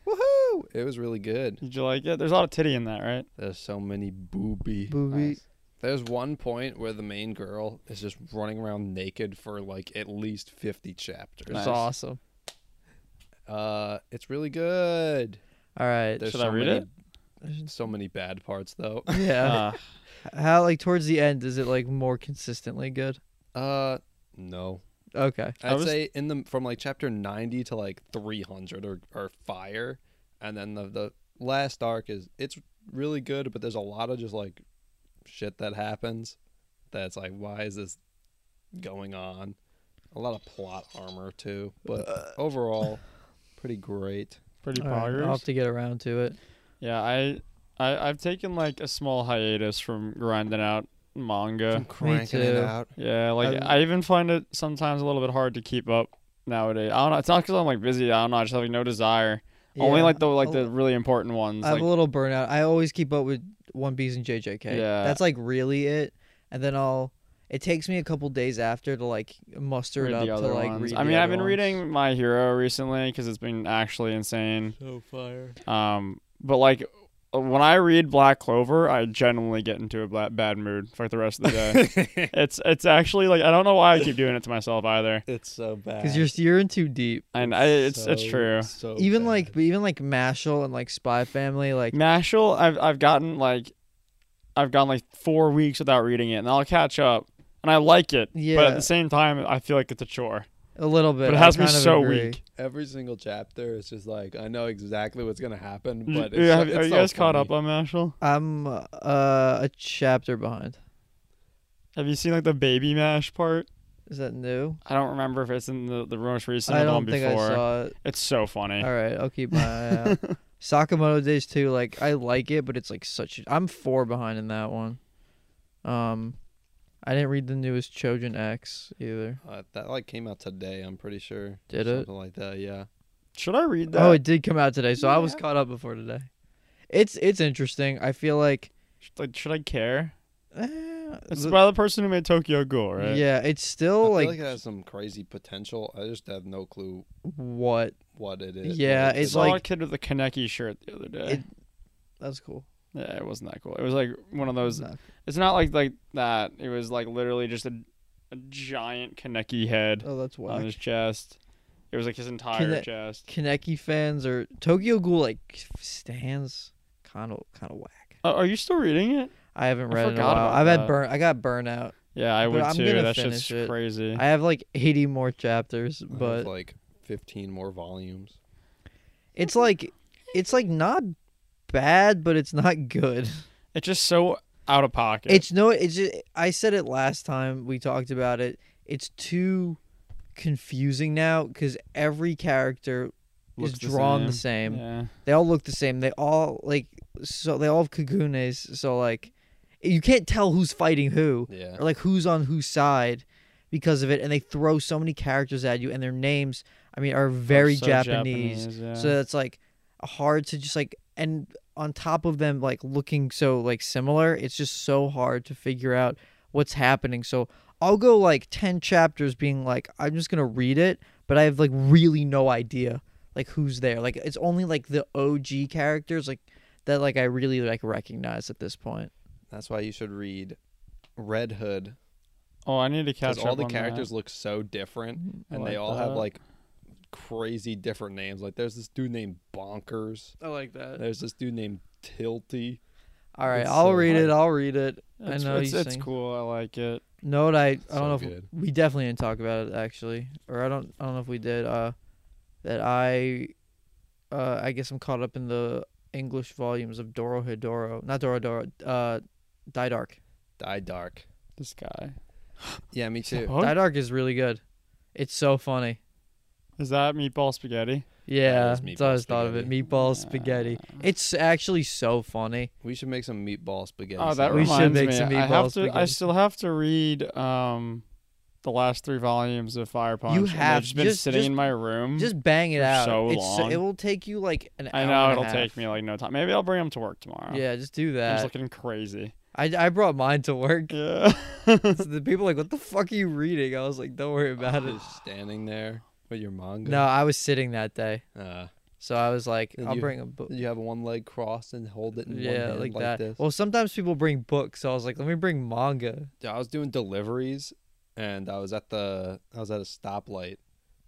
Woohoo! It was really good.
Did you like it? There's a lot of titty in that, right?
There's so many booby.
Booby.
Nice.
There's one point where the main girl is just running around naked for like at least 50 chapters.
It's
Nice.
awesome.
Uh, it's really good.
All right.
There's
Should
so
I read
many,
it?
So many bad parts though.
Yeah.
Uh,
How like towards the end is it like more consistently good?
Uh, no.
Okay.
I
I'd
was-
say in the from like chapter 90 to like 300 or, or fire, and then the the last arc is it's really good, but there's a lot of just like shit that happens. That's like why is this going on? A lot of plot armor too, but
Uh.
overall, pretty great.
pretty
All right,
poggers.
I'll have to get around to it.
Yeah, I, I I've taken like a small hiatus from grinding out manga.
cranking it too.
out.
Yeah, like
I'm-
I even find it sometimes a little bit hard to keep up nowadays. I don't know. It's not because I'm like busy. I don't know. I just have like, no desire. Only
Yeah,
like the like
I'll-
the really important ones.
I have
Like,
a little burnout. I always keep up with One Piece and JJK.
Yeah.
That's like really it. And then I'll. It takes me a couple days after to like muster
read
it up
the other
to like
ones.
read.
I
the
mean, I've
other
been
ones.
reading My Hero recently because it's been actually insane.
So fire.
Um, but like uh, when I read Black Clover, I generally get into a bla- bad mood for like, the rest of the day. it's it's actually like I don't know why I keep doing it to myself either.
it's so bad.
because you're you're in too deep.
And I, it's it's true.
even like but even like Mashal and like Spy Family like
Mashal, I've I've gotten like I've gone like four weeks without reading it, and I'll catch up. And I like it, but
Yeah.
at the same time, I feel like it's a chore.
a little bit.
But, it
I
has me
kind of
so
agree.
weak.
every single chapter is just like I know exactly what's gonna happen,
Y-
but it's
yeah,
so-
have-
it's
are you
so
guys caught
funny.
up on Mashal?
I'm uh, a chapter behind.
Have you seen like the baby mash part?
Is that new?
I don't remember if it's in the, the most recent
I
or the
don't
one
think
before.
I saw it.
It's so funny.
All right, I'll keep my eye out. Sakamoto Days 2, like I like it, but it's like such. i I'm four behind in that one. Um, I didn't read the newest Chojin X either.
Uh, that like came out today, I'm pretty sure.
Did it?
Something like that, yeah.
Should I read that?
oh, it did come out today, so I was
Yeah.
caught up before today. It's it's interesting. I feel like
Should- like, should I care?
eh,
It's
the-
by the person who made Tokyo Ghoul, right?
yeah, it's
I
still
feel
like,
like it has some crazy potential. I just have no clue
what
what it is.
Yeah,
Like,
I
it's
saw a
like-
kid with a Kaneki shirt the other day.
It- that's cool.
Yeah, it wasn't that cool. It was like one of those.
No.
It's not like like that. It was like literally just a, a giant Kaneki head
Oh, that's
on
why.
his chest. It was like his entire
Kane-
chest.
Kaneki fans or Tokyo Ghoul like stands kind of kind of whack.
Uh, are you still reading it?
I haven't
I
read it in a
forgot
while.
about
I've
that.
had burn. I got burnout.
Yeah, I
But
would
I'm
too.
gonna
That shit's
finish it.
crazy.
I have like 80 more chapters,
I have,
but
like 15 more volumes.
it's like it's like not bad, but it's not good.
it's just so out of pocket.
It's no. It's just, I said it last time we talked about it. It's too confusing now because every character
Looks
is
the
drawn the
same.
same.
Yeah.
They all look the same. They all like so. They all have kagunes. So like, you can't tell who's fighting who
Yeah.
or like who's on whose side because of it. And they throw so many characters at you, and their names. I mean, are very
So
Japanese.
yeah.
So that's like hard to just like and on top of them like looking so like similar, it's just so hard to figure out what's happening. So I'll go like 10 chapters being like I'm just going to read it, but I have like really no idea like who's there. Like it's only like the OG characters like that like I really like recognize at this point.
That's why you should read Red Hood
oh, I need to catch
because
up
all the
on that.
characters look so different
Mm-hmm.
I
and they
like
all have
that.
like crazy different names. Like there's this dude named Bonkers.
I like that.
There's this dude named Tilty.
All right,
It's
I'll
so
read
hard.
it. I'll read it.
It's,
know
it's,
you
it's
sing.
cool. I like it.
No, what I I don't
So
know if
good.
we definitely didn't talk about it actually, or I don't I don't know if we did. Uh, that I, uh, I guess I'm caught up in the English volumes of Doro Hidoro, not Doro Doro, uh, Die Dark.
Die Dark.
This guy.
Yeah, me too.
Oh,
Die Dark is really good. It's so funny.
is that meatball spaghetti?
Yeah, that's
is
what I
meatball
was thought of it. Meatball spaghetti. It's actually so funny.
We should make some meatball spaghetti.
Oh, that
We
sandwich.
should
reminds
make
me.
some
I
meatball
have to. I
spaghetti.
still have to read um, the last three volumes of Fire Punch. and they've
have-
just been
just-
sitting
just-
in my room.
Just bang it
Mm-hmm. For so
out. it's
long.
it will take you like an
I
hour.
know
and a
it'll
half.
take me like no time. Maybe I'll bring them to work tomorrow.
Yeah, just do
I'm just
that.
looking crazy.
I I brought mine to work.
Yeah.
So the people were like, what the fuck are you reading? I was like, don't worry about it.
Just standing there with your manga.
No, I was sitting that day,
Uh,
so I was like,
Did
I'll
you-
bring a book.
you have one leg crossed and hold it in one
Yeah,
hand
like
like,
that.
this.
Well, sometimes people bring books, so I was like, let me bring manga.
Dude, I was doing deliveries and I was at the I was at a stoplight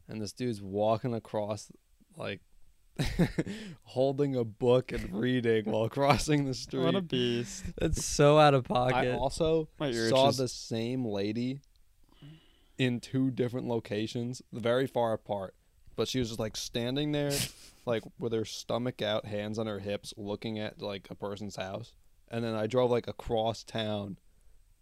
and this dude's walking across like holding a book and reading while crossing the street.
what a beast.
That's so out of
I
pocket.
also
My ears
saw
just-
the same lady in two different locations, very far apart. But she was just like standing there, like with her stomach out, hands on her hips, looking at like a person's house. And then I drove like across town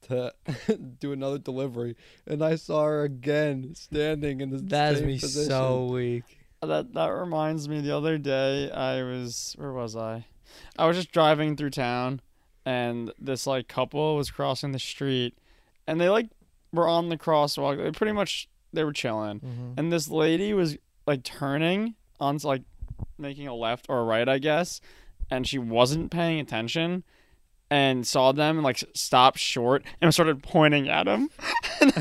to do another delivery, and I saw her again standing in the
that has
same
me
position.
so weak.
That that reminds me. The other day, I was where was I? I was just driving through town, and this like couple was crossing the street, and they like were on the crosswalk. They pretty much they were chilling,
Mm-hmm.
Mhm.
and this lady was like turning on like making a left or a right, I guess, and she wasn't paying attention. And saw them and like s- stopped short and started pointing at them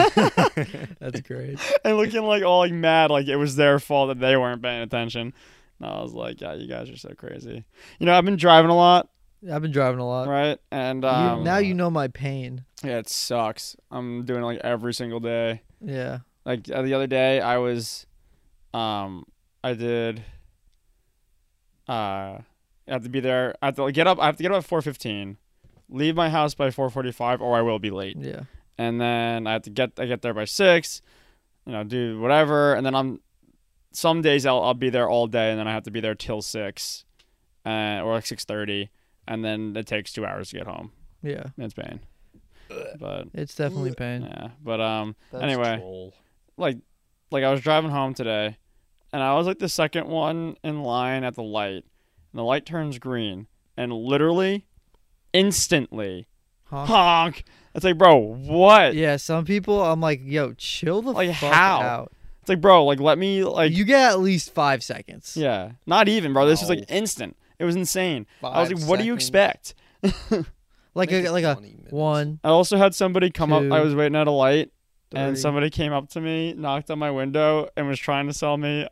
That's great.
and looking like all like mad, like it was their fault that they weren't paying attention. And I was like, yeah, you guys are so crazy. You know, I've been driving a lot,
I've been driving a lot.
right? And
You-
um,
now you know my pain.
yeah, it sucks. I'm doing it, like every single day.
Yeah.
Like uh, the other day, I was, um, I did. Uh, I have to be there. I have to like, get up. I have to get up at four fifteen. Leave my house by four forty five, or I will be late.
Yeah.
and then I have to get I get there by six, you know, do whatever, and then I'm some days I'll I'll be there all day, and then I have to be there till six, uh, or like six thirty, and then it takes two hours to get home.
Yeah.
It's pain, but
It's definitely pain.
yeah, but um,
That's
Anyway.
troll.
like like I was driving home today, and I was like the second one in line at the light, and the light turns green, and literally, instantly
Huh?
honk. It's like, bro, what?
Yeah. Some people, I'm like, yo, chill the
Like,
fuck
how?
out.
It's like, bro, like let me like
you get at least five seconds.
Yeah, not even, bro. This was
No.
like instant. It was insane. I was like,
Five
what do you
seconds.
expect?
Like
Make
a
it
like a
20 minutes.
one.
I also had somebody come up. I
Two.
was waiting at a light, and
three,
somebody came up to me, knocked on my window, and was trying to sell me.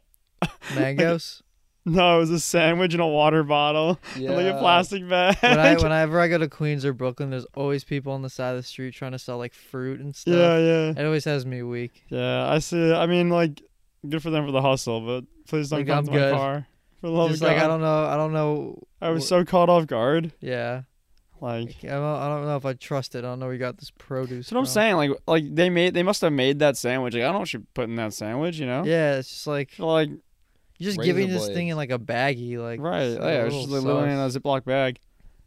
mangoes.
No, it was a sandwich and a water bottle,
Yeah.
and like a plastic bag.
When I, whenever I go to Queens or Brooklyn, there's always people on the side of the street trying to sell like fruit and stuff.
yeah, yeah,
It always has me weak.
yeah. I see. I mean, like, good for them for the hustle, but please don't
Like,
come
I'm
to Oh my
good.
car. For the love
Just
of God,
like I don't know, I don't know.
I was so caught off guard.
Yeah,
Like,
like, I don't, I don't know if I trust it. I don't know where you got this produce.
That's what I'm
from.
saying. Like, like they made, they must have made that sandwich. Like, I don't know what you put in that sandwich. You know,
Yeah, it's just like
But, like
you're just
Razor
giving this thing in like a baggie, like
right,
it's a
yeah, it was
little
just like literally in a
sus.
Ziploc bag.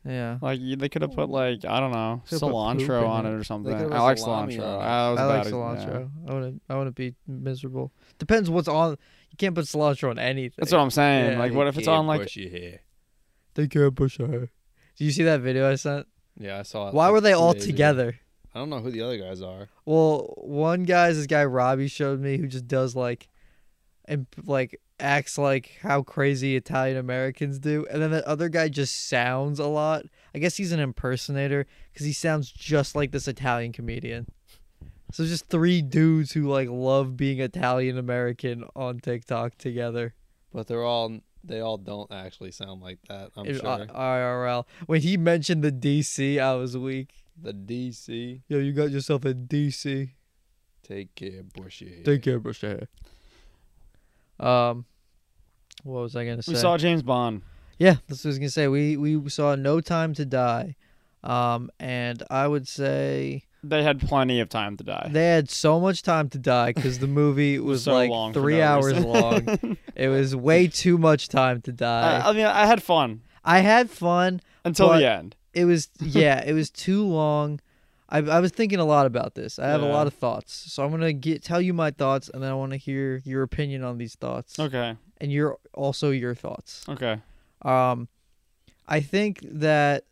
yeah.
Like you, they could have put like I don't know
Could've put poop in
cilantro on
it.
it or something.
could've
I
put
like
salami
cilantro.
on it.
I, was
I
about
like
to- yeah.
cilantro. I wouldn't. I wouldn't be miserable. Depends what's on. You can't put cilantro on anything.
That's what I'm saying.
Yeah,
like,
You
what if it's
can't
on like?
push your hair.
They can't push her. Do you see that video I sent?
Yeah, I saw it.
Why
like,
were they
two
all
days ago.
together?
I don't know who the other guys are.
Well, one guy's this guy Robbie showed me who just does like, and like acts like how crazy Italian Americans do, and then that other guy just sounds a lot. I guess he's an impersonator because he sounds just like this Italian comedian. So just three dudes who like love being Italian American on TikTok together.
But they're all they all don't actually sound like that. I'm
in uh,
sure
I- IRL. When he mentioned the DC, I was weak.
the DC
Yo, you got yourself a DC.
take care, push your hair.
care, Brashear. Um, what was I gonna say?
We saw James Bond.
yeah, that's what I was gonna say. We we saw No Time to Die, um, and I would say
They had plenty of time to die.
they had so much time to die because the movie was
so
like
long for
three
no
hours
reason.
long. It was way too much time to die.
I, I mean, I had fun
I had fun.
until
But-
the end.
It was yeah, it was too long. I, I was thinking a lot about this. I have a
Yeah.
lot of thoughts, so I'm gonna get tell you my thoughts, and then I want to hear your opinion on these thoughts.
Okay,
and your also your thoughts.
okay.
Um, I think that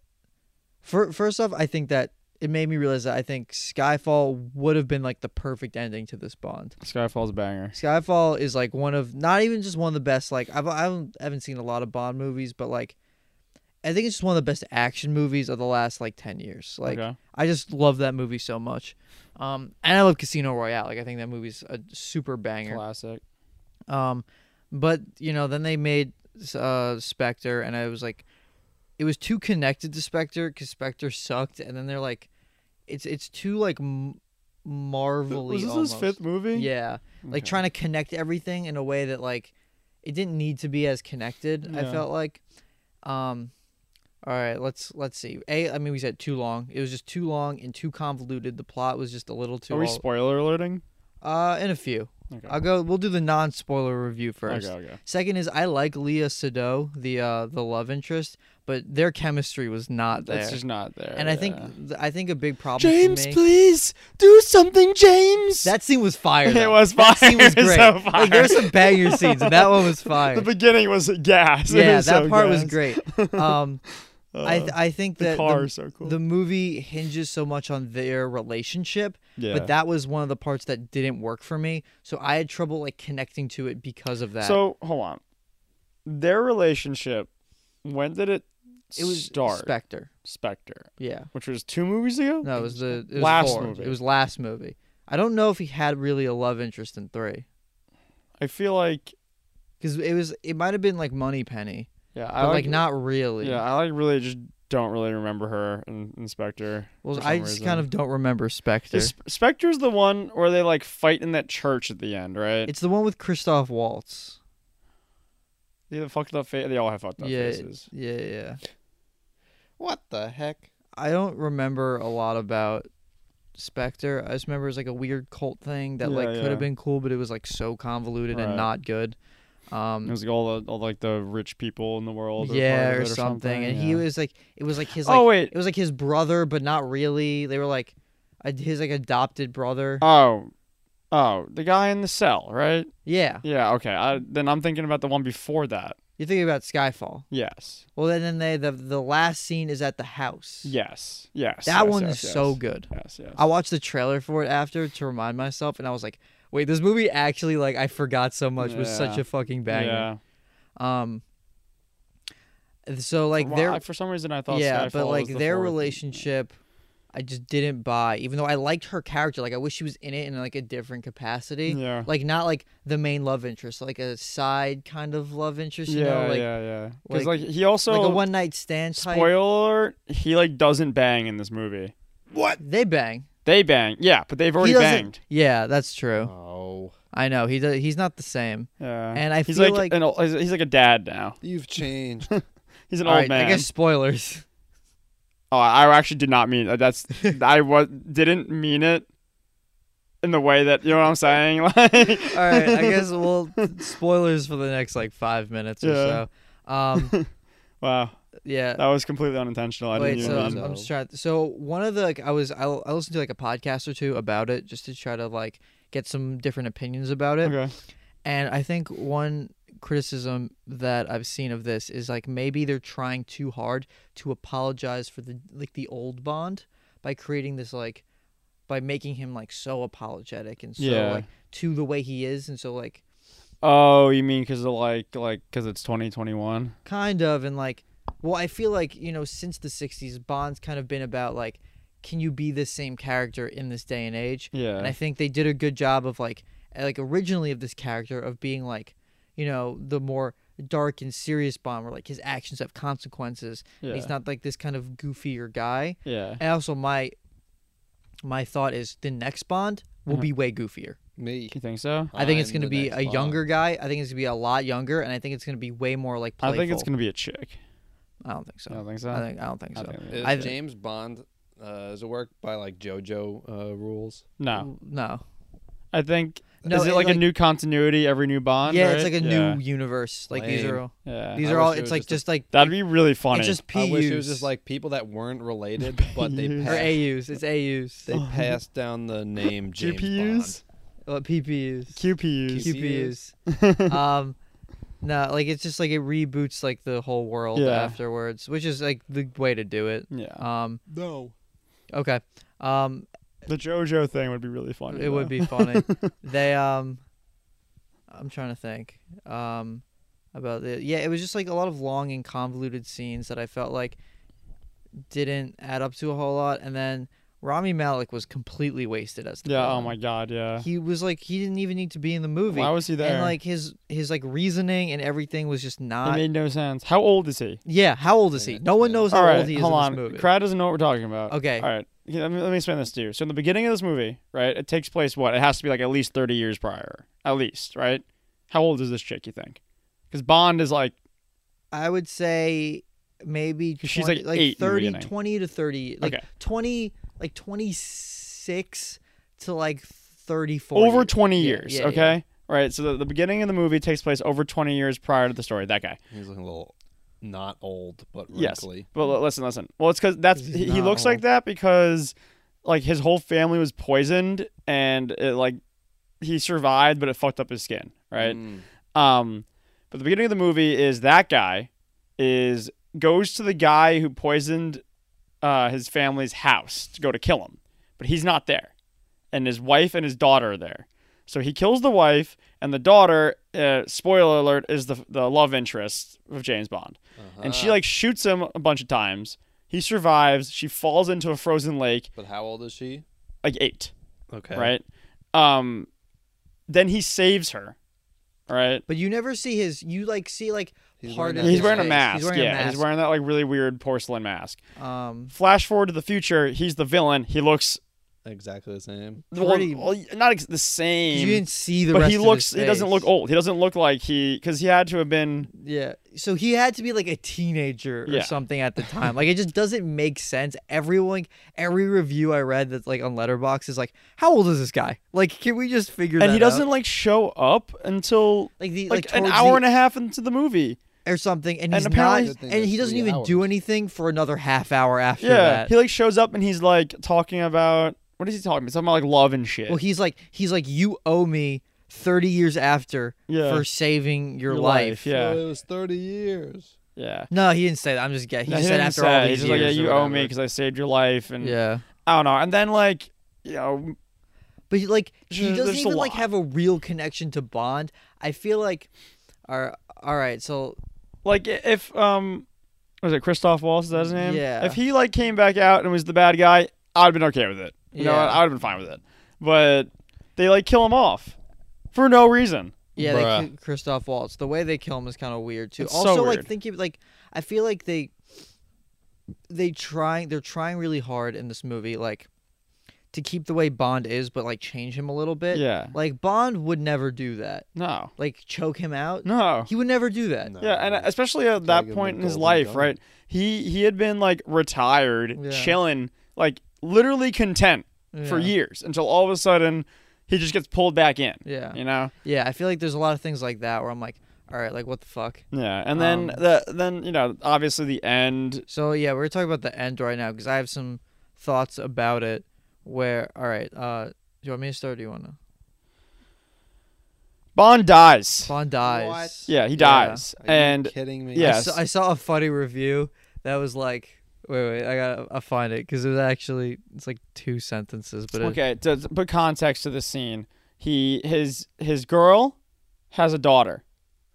for, first off, I think that it made me realize that I think Skyfall would have been like the perfect ending to this Bond.
Skyfall's a banger.
Skyfall is like one of not even just one of the best. Like I've I haven't, I haven't seen a lot of Bond movies, but like I think it's just one of the best action movies of the last like ten years. Like
okay.
I just love that movie so much. Um, and I love Casino Royale. Like I think that movie's a super banger.
classic.
Um, but you know, then they made uh, Spectre, and I was like, it was too connected to Spectre because Spectre sucked, and then they're like, it's it's too like m- marvelly.
Was this
almost.
his fifth movie?
Yeah, like
Okay.
trying to connect everything in a way that like it didn't need to be as connected. I
Yeah.
felt like, um, all right, let's let's see. A, I mean, we said too long. It was just too long and too convoluted. The plot was just a little too.
Are we
all-
spoiler alerting?
uh, in a few.
Okay.
I'll go. We'll do the non-spoiler review first.
Okay. Okay.
Second is I like Leah Sado, the uh, the love interest, but their chemistry was not there.
That's just not there.
and I think
yeah.
th- I think a big problem
James,
for me.
please do something, James.
That scene was fire.
it
though.
was fire.
That scene was
It
great.
so
Like there's
fire.
some banger scenes, and that one was
the
fire.
beginning was gas. It
yeah, that
was so
part was
gas.
great. Um, I
Uh,
th- I think
the
that
car is so cool.
the movie hinges so much on their relationship,
yeah.
but that was one of the parts that didn't work for me. So I had trouble like connecting to it because of that.
So hold on, their relationship. When did it?
it was
start
Spectre.
Spectre,
Yeah.
which was two movies ago.
No, it was the it was
Last
four.
movie.
It was last movie. I don't know if he had really a love interest in three
I feel like
because it was it might have been like Money Penny,
yeah,
but
I
like not really.
Yeah, I like really just don't really remember her in, in Spectre.
well,
for
I
some
just
reason.
kind of don't remember Spectre.
Is Sp- Spectre's the one where they like fight in that church at the end, right?
It's the one with Christoph Waltz.
They have fucked up face. They all have fucked up
Yeah,
faces.
yeah, yeah.
What the heck?
I don't remember a lot about Spectre. I just remember it was like a weird cult thing that
Yeah,
like could
yeah.
have been cool, but it was like so convoluted and
Right.
not good. Um,
It was like all the all like the rich people in the world. were
yeah,
part of
or
it
something. And he
yeah.
was like, it was like his. Like,
Oh wait.
It was like his brother, but not really. They were like a, his like adopted brother.
Oh, oh, the guy in the cell, right?
yeah,
Yeah. Okay. I, then I'm thinking about the one before that.
you're thinking about Skyfall.
Yes.
Well, then, then they the the last scene is at the house.
Yes. Yes.
that
yes,
one
yes,
is so
yes.
good.
Yes. Yes.
I watched the trailer for it after to remind myself, and I was like, wait, this movie actually like I forgot so much was such
Yeah.
a fucking banger.
yeah.
Um. So like
Why-
their
for some reason I thought
yeah,
Skyfall
but like
was the
their
fourth.
relationship, I just didn't buy, even though I liked her character. Like I wish she was in it in like a different capacity.
Yeah.
Like not like the main love interest, like a side kind of love interest. You
yeah,
know, like
yeah, yeah. Because
like-
like, he also
like a one night stand type.
spoiler, alert, he like doesn't bang in this movie.
What?
They bang.
They bang, yeah, but they've already
he doesn't-
banged.
Yeah, that's true.
Oh,
I know he does, he's not the same.
Yeah,
And I
he's
feel
like
like-
an ol- he's, he's like a dad now.
you've changed.
He's an
All
old
right,
man.
I guess spoilers.
Oh, I actually did not mean uh, that's I was didn't mean it in the way that you know what I'm saying. Like,
All right, I guess we'll spoilers for the next like five minutes or
Yeah.
so. Um,
wow,
yeah.
that was completely unintentional. I
Wait,
didn't
so
even.
I'm,
mean-
I'm just trying. So one of the like, I was I, I listened to like a podcast or two about it just to try to like get some different opinions about it.
okay.
And I think one criticism that I've seen of this is like maybe they're trying too hard to apologize for the like the old Bond by creating this like by making him like so apologetic and so
Yeah.
like to the way he is and so like
Oh, you mean because of like like because it's 2021?
kind of and like well i feel like you know since the 60s bond's kind of been about like can you be this same character in this day and age
Yeah.
and i think they did a good job of like uh, like originally of this character of being like you know the more dark and serious bond where like his actions have consequences and
Yeah.
he's not like this kind of goofier guy
yeah.
and also my my thought is the next bond will be
Mm-hmm.
way goofier
Me.
You think so?
i think it's
I'm
going to
the
be
next
a
Bond.
younger guy i think it's going to be a lot younger and i think it's going to be way more like
I
playful.
think it's gonna be a chick.
I don't think so.
You don't think so?
I think I don't think
I
so. uh,
think-
Is
I-
James Bond uh, does it work by like JoJo uh, rules?
no,
No.
I think
No,
is it
it,
like,
like-
a new continuity every new Bond?
yeah,
right?
it's like a
Yeah.
new universe. Like these are
Lame.
all
Yeah.
these
I
are all.
wish it
It's
was
like
just a-
just like
That'd be really funny.
it's just PUs
I wish it was just like people that weren't related, but they
PUs.
or
passed,
AUs. It's AUs.
they passed down the name James
GPUs,
Well, PPUs.
QPUs.
QPUs. um, no, like it's just like it reboots like the whole world
Yeah.
afterwards, which is like the way to do it.
yeah.
Um,
Bond. No.
okay. Um,
The JoJo thing would be really funny.
it would
though.
be funny. they um, I'm trying to think. Um, about the yeah, it was just like a lot of long and convoluted scenes that I felt like didn't add up to a whole lot. And then Rami Malik was completely wasted as the
Yeah. Oh
villain.
my God. Yeah.
He was like he didn't even need to be in the movie.
Why was he there?
And like his his like reasoning and everything was just
it
not.
made no sense. How old is he?
yeah, how old is he? No one knows how
All right,
old he is
hold
in
on.
this movie.
Crowd doesn't know what we're talking about.
Okay.
All right. Yeah, Let me, let me explain this to you. So in the beginning of this movie, right, it takes place what? It has to be like at least 30 years prior. At least, right? How old is this chick, you think? Because Bond is like,
I would say maybe
'Cause she's,
20
like, eight in the
30,
beginning.
20 to 30, like
Okay.
20, like 26 to like 34.
over 20
Yeah,
years,
yeah, yeah.
okay? Right. So the, the beginning of the movie takes place over 20 years prior to the story. That guy.
He's looking a little not old, but
Yes.
wrinkly.
But l- listen, listen. Well, it's because that's
'Cause he's
he, he
not
looks like
old.
that because like his whole family was poisoned and it like he survived, but it fucked up his skin, right?
Mm.
Um, but the beginning of the movie is that guy is goes to the guy who poisoned uh, his family's house to go to kill him, but he's not there, and his wife and his daughter are there. So he kills the wife and the daughter. Uh, spoiler alert: is the the love interest of James Bond, and she
Uh-huh.
like shoots him a bunch of times. He survives. She falls into a frozen lake,
But how old is she?
like eight,
Okay.
right? Um, then he saves her, right?
But you never see his, you like see like
He's
part
wearing
of
that
He's
his
wearing a
face.
mask.
He's wearing
yeah,
a mask.
he's wearing that like really weird porcelain mask.
um,
Flash forward to the future. He's the villain. He looks
Exactly the same.
well,
Pretty-
well, not ex- the
'cause
same.
you didn't see the
but
rest
he
of
looks.
his
He doesn't look
face.
old. He doesn't look like he because he had to have been.
Yeah. So he had to be like a teenager or
Yeah.
something at the time. Like it just doesn't make sense. Everyone, every review I read that's like on Letterbox is like, how old is this guy? Like, can we just figure that
And he
out?
doesn't like show up until
like the
like,
like,
an
towards
hour
the-
and a half into the movie.
or something, and,
and
he's
apparently-
not,
Good thing
and
it's
he doesn't
three
even do
hours.
anything for another half hour after
yeah,
that.
he like shows up and he's like talking about what is he talking about? He's talking about like love and shit.
well, he's like, he's like, you owe me thirty years after
Yeah.
for saving your,
Your
life.
Yeah,
it was 30 years.
yeah.
No, he didn't say that. I'm just guessing. He
No,
just said
didn't
after
say
all
it.
these
he's just
years.
like, yeah,
or
you owe me
whatever.
because I saved your life, and
Yeah.
I don't know. And then like, you know,
But he, like he
There's-
doesn't
there's a
even like
lot.
have a real connection to Bond. I feel like, are all right. So
Like i- if um was it Christoph Waltz? Is that his name?
Mm, Yeah.
If he like came back out and was the bad guy, I'd have been okay with it. You know,
Yeah.
I would have been fine with it. But they like kill him off for no reason.
Yeah, they
Bruh.
kill Christoph Waltz. The way they kill him is kind of weird too.
It's so
also, like
weird.
think of like I feel like they they trying they're trying really hard in this movie like to keep the way Bond is, but like change him a little bit.
Yeah.
Like Bond would never do that.
No.
Like choke him out.
No.
He would never do that.
No.
Yeah, and especially at
gotta
that
give him
point
the
in his
golden
life,
gun.
right? He he had been like retired,
Yeah.
chilling, like literally content for
Yeah.
years until all of a sudden he just gets pulled back in.
Yeah.
You know?
Yeah, I feel like there's a lot of things like that where I'm like, all right, like what the fuck.
Yeah. And then
Um,
the then, you know, obviously the end
So yeah, we're talking about the end right now because I have some thoughts about it. Where all right, uh, do you want me to start? Or do you want to?
Bond dies.
Bond dies.
Yeah, he dies.
Are you
And
kidding me?
I
Yeah.
saw-
Yes.
I saw a funny review that was like, wait, wait, I gotta, I'll find it because it was actually it's like two sentences, but it,
okay, to to put context to this scene, he his his girl has a daughter,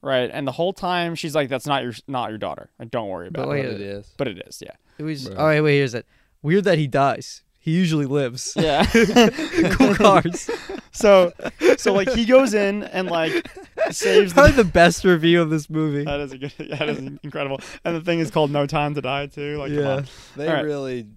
right? And the whole time she's like, "That's not your not your daughter. Like, don't worry about
But, like,
it."
But it is.
But it is, yeah,
it was.
Bruh.
All right, wait, here's it. Weird that he dies. He usually lives.
yeah.
cool cards.
so, so like he goes in and like saves.
Probably
The-
the best review of this movie.
that is a good. That is incredible. And the thing is called "No Time to Die" too. Like, come
Yeah.
on.
They
All right.
really,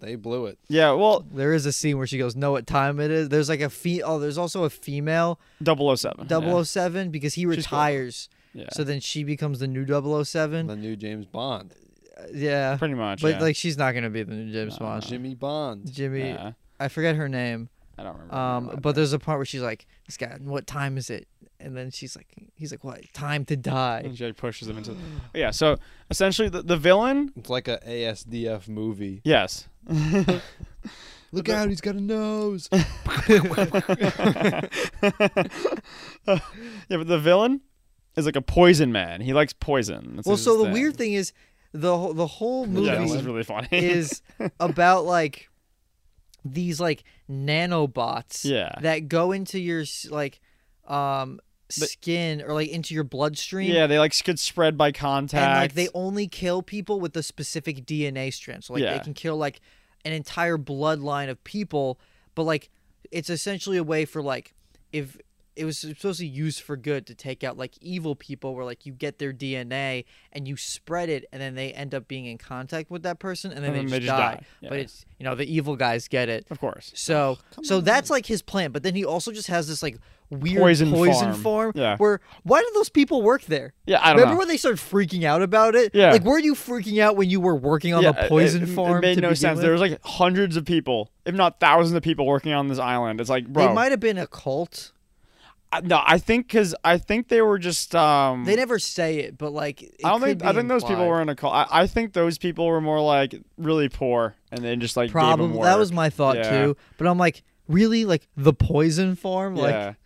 they blew it.
yeah. Well,
There is a scene where she goes, "Know what time it is?" There's like a fe- oh, there's also a female
007.
007 because he
She's cool.
retires.
oh Yeah. yeah.
oh So then she becomes the new 007.
The new James Bond,
yeah.
pretty much.
But
yeah.
like she's not going to be the new James
No,
Bond.
Jimmy Bond.
Jimmy,
Yeah.
I forget her name.
I don't remember.
Um, but there's a part where she's like, "This guy, what time is it?" And then she's like, "He's like, what time to die?"
And she like, pushes him into. The- yeah. So essentially, the, the villain.
It's like a ASDF movie.
Yes.
Look out! He's got a nose.
Yeah, but the villain is like a poison man. He likes poison. That's
Well,
his
so the
thing.
weird thing is, the whole, the whole movie
Yeah, this is really funny.
is about like these like nanobots
Yeah.
that go into your s- like um
But-
skin or like into your bloodstream.
yeah, they like could spread by contact.
And like they only kill people with a specific DNA strand. So like
Yeah.
they can kill like an entire bloodline of people, but like it's essentially a way for like if it was supposed to be used for good to take out like evil people where like you get their DNA and you spread it and then they end up being in contact with that person and then, they, just die. But
Yeah.
it's you know, the evil guys get it.
of course.
So so that's like his plan, but then he also just has this like weird
Poison
poison,
farm.
farm,
Yeah.
where why do those people work there?
Yeah, I don't
Remember
know.
when they started freaking out about it?
Yeah.
Like, were you freaking out when you were working on
yeah,
the poison
it, it-
farm?
It made
to
no
begin
sense.
with?
There was like hundreds of people, if not thousands of people, working on this island. It's like, bro,
They might have been a cult.
I, no, I think because I think they were just. um
They never say it, but like, it
I don't
could
think
be
I think those people
implied.
were in a call. I, I think those people were more like really poor, and then just like Gave them
probably.
work.
That was my thought
Yeah.
too. But I'm like, really, like the poison farm?
yeah.
Like,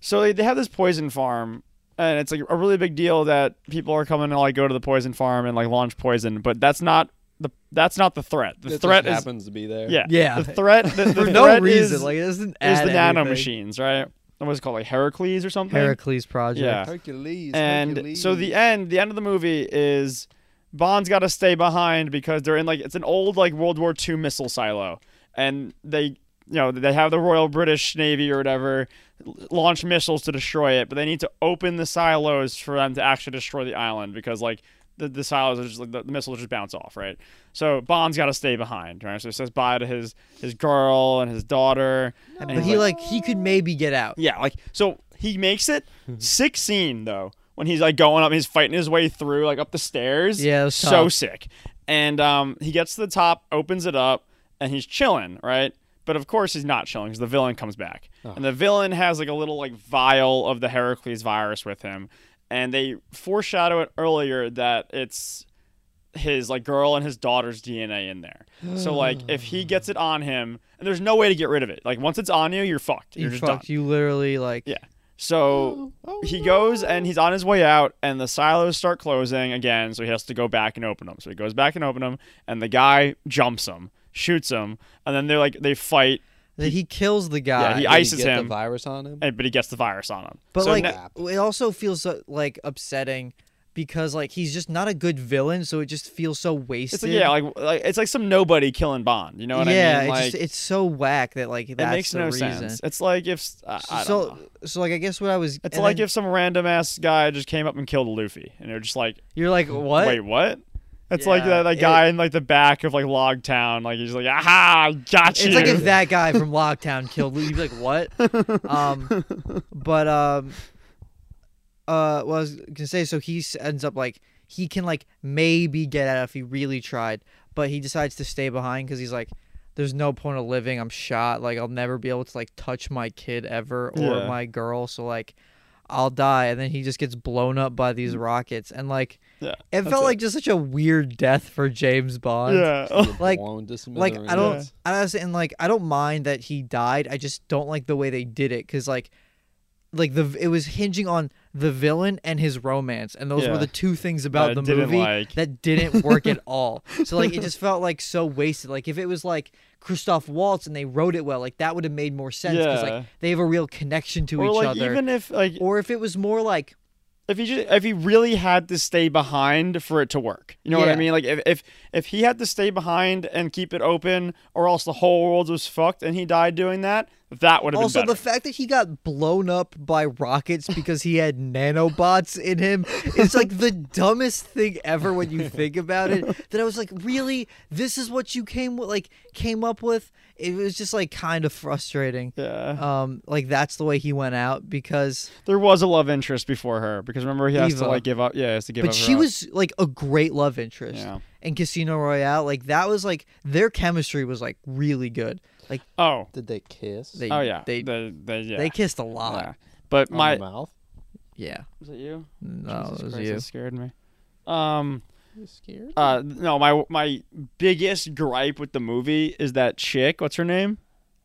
So they, they have this poison farm, and it's like a really big deal that people are coming to like go to the poison farm and like launch poison, but that's not the that's not the threat. The
It
threat
just
is
happens to be there.
yeah
Yeah.
The threat the, the
for
threat
no reason.
is,
like, it doesn't
is
add
the nano
anything.
machines, right? What's it called like Heracles or something?
Heracles project.
Yeah.
Hercules.
and
Hercules.
so the end the end of the movie is bond's got to stay behind because they're in like it's an old like world war ii missile silo and they you know they have the royal british navy or whatever l- launch missiles to destroy it but they need to open the silos for them to actually destroy the island because like the, the silos are just like the, the missiles just bounce off right so bond's got to stay behind right so he says bye to his his girl and his daughter and
But
he's
he like he could maybe get out. Mm-hmm.
yeah, like so he makes it sick scene though when he's like going up, he's fighting his way through like up the stairs.
Yeah, it was
so
tough.
sick. And um, he gets to the top, opens it up, and he's chilling, right? But of course he's not chilling because the villain comes back, and the villain has like a little like vial of the Heracles virus with him, and they foreshadow it earlier that it's his like girl and his daughter's DNA in there. So like if he gets it on him, and there's no way to get rid of it. Like once it's on you, you're fucked. You're
You
just done.
fucked. You literally like.
Yeah.
Oh,
So he goes and he's on his way out, and the silos start closing again. So he has to go back and open them. So he goes back and open them, and the guy jumps him, shoots him, and then they're like they fight,
That he kills the
Yeah,
guy.
he
Did he
ices
get
him.
The virus on him.
and but he gets the virus on him.
But
So
like,
na-
it also feels uh, like upsetting because like he's just not a good villain, so it just feels so wasted.
It's like, yeah, like, like it's like some nobody killing Bond. You know what
yeah,
I mean?
it's
Like
just, it's so whack that like
it
that's
makes
the
no
reason.
sense. It's like if s- I, I don't
so
know.
so like I guess what I was
It's
and
like
then
if some random ass guy just came up and killed Luffy, and they're just like,
you're like what
wait, what? It's like
Yeah,
that, that
it-
guy in like the back of like Log Town, like he's like, aha, I got
it's
you.
like if that guy from Lockdown killed Lou, you'd be like what um but um uh what I was gonna say so he s- ends up like he can like maybe get out if he really tried but he decides to stay behind because he's like there's no point of living I'm shot like I'll never be able to like touch my kid ever or
Yeah.
my girl so like I'll die and then he just gets blown up by these rockets and like
Mm. yeah,
It
that's
felt like just such a weird death for James Bond.
yeah.
Like-
blown to
Like I don't,
smithereens.
I don't understand. Like I don't mind that he died. I just don't like the way they did it because like, like the it was hinging on the villain and his romance, and those
Yeah.
were the two things about
I
the
didn't
movie
like.
that didn't work at all. So like it just felt like so wasted. Like if it was like Christoph Waltz and they wrote it well, like that would have made more sense because
Yeah.
like they have a real connection to
or
each
like
other.
even if like
or if it was more like
if he just if he really had to stay behind for it to work you know what i
Yeah.
mean like if, if if he had to stay behind and keep it open or else the whole world was fucked and he died doing that that would have
Also,
been better.
the fact that he got blown up by rockets because he had nanobots in him is like the dumbest thing ever when you think about it. That I was like, really, this is what you came with, like came up with. It was just like kind of frustrating.
yeah
Um, like that's the way he went out because,
there was a love interest before her because remember he has
Eva.
to like give up yeah he has to give
but
up her
she
up.
was like a great love interest.
Yeah.
in Casino Royale, like that was like their chemistry was like really good. Like
oh
Did they kiss?
they,
oh yeah
they
they they, yeah.
they Oh kissed a lot.
yeah. but
on
my
the mouth?
Yeah,
was it you
no,
Jesus
Oh, it was
Christ,
you.
that scared me um
You scared?
uh no my my biggest gripe with the movie is that chick what's her name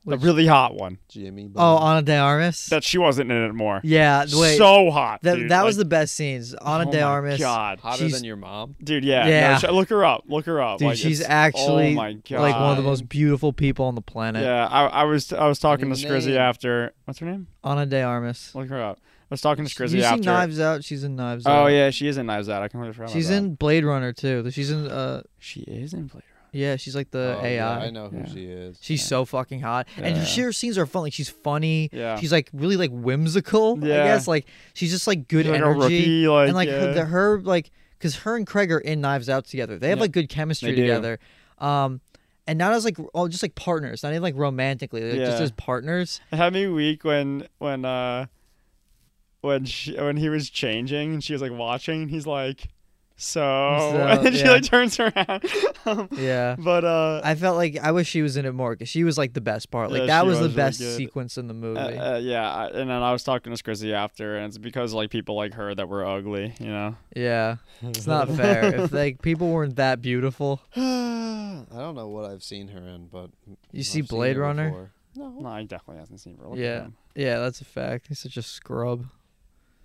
Which-
the really hot one
Jimmy.
Oh,
Bond.
Ana de Armas.
that she wasn't in it more.
yeah, wait.
so hot.
that
dude.
that was
Like,
the best scenes. Ana
oh
de
my
Armas.
God,
hotter
she's-
than your mom.
dude, yeah,
Yeah.
yeah. look her up. Look her up.
Dude,
Like,
she's
it's-
actually
oh my God.
like one of the most beautiful people on the planet.
Yeah, I, I was I was talking to
Name.
Scrizzy after. What's her name?
Ana de Armas.
Look her up. I was talking to Scrizzy
you
after.
see Knives Out? She's in Knives Out.
oh yeah, she is in Knives Out. I completely forgot. about
She's
that.
in Blade Runner too. She's in uh
She is in Blade Runner.
yeah, she's like the
Oh,
AI.
yeah, I know who
Yeah.
she is.
She's so fucking hot, and her,
Yeah.
she- her scenes are fun. Like she's funny.
Yeah.
She's like really like whimsical. I
Yeah.
guess like she's just like good
She's like a
energy
rookie, like,
and like her,
yeah.
the, her like because her and Craig are in Knives Out together. They have
Yeah.
like good chemistry
They do.
together. Um, and not as like oh just like partners, not even like romantically, like, just
Yeah.
as partners.
It had me weak when when uh when she, when he was changing and she was like watching. He's like, so, and then she
yeah.
like turns around. Um,
Yeah.
but uh,
I felt like I wish she was in it more because she was like the best part. Like
Yeah,
that
she was
was, the
really
best
good.
sequence in the movie.
Uh, uh, yeah, I- and then I was talking to Scrizzy after, and it's because like people like her that were ugly, you know.
yeah, it's not fair if like people weren't that beautiful.
I don't know what I've seen her in, but
You
I've
see
seen
Blade
her
Runner?
before. No,
No, I definitely hasn't seen her. Look at
Yeah,
him.
yeah, that's a fact. He's such a scrub.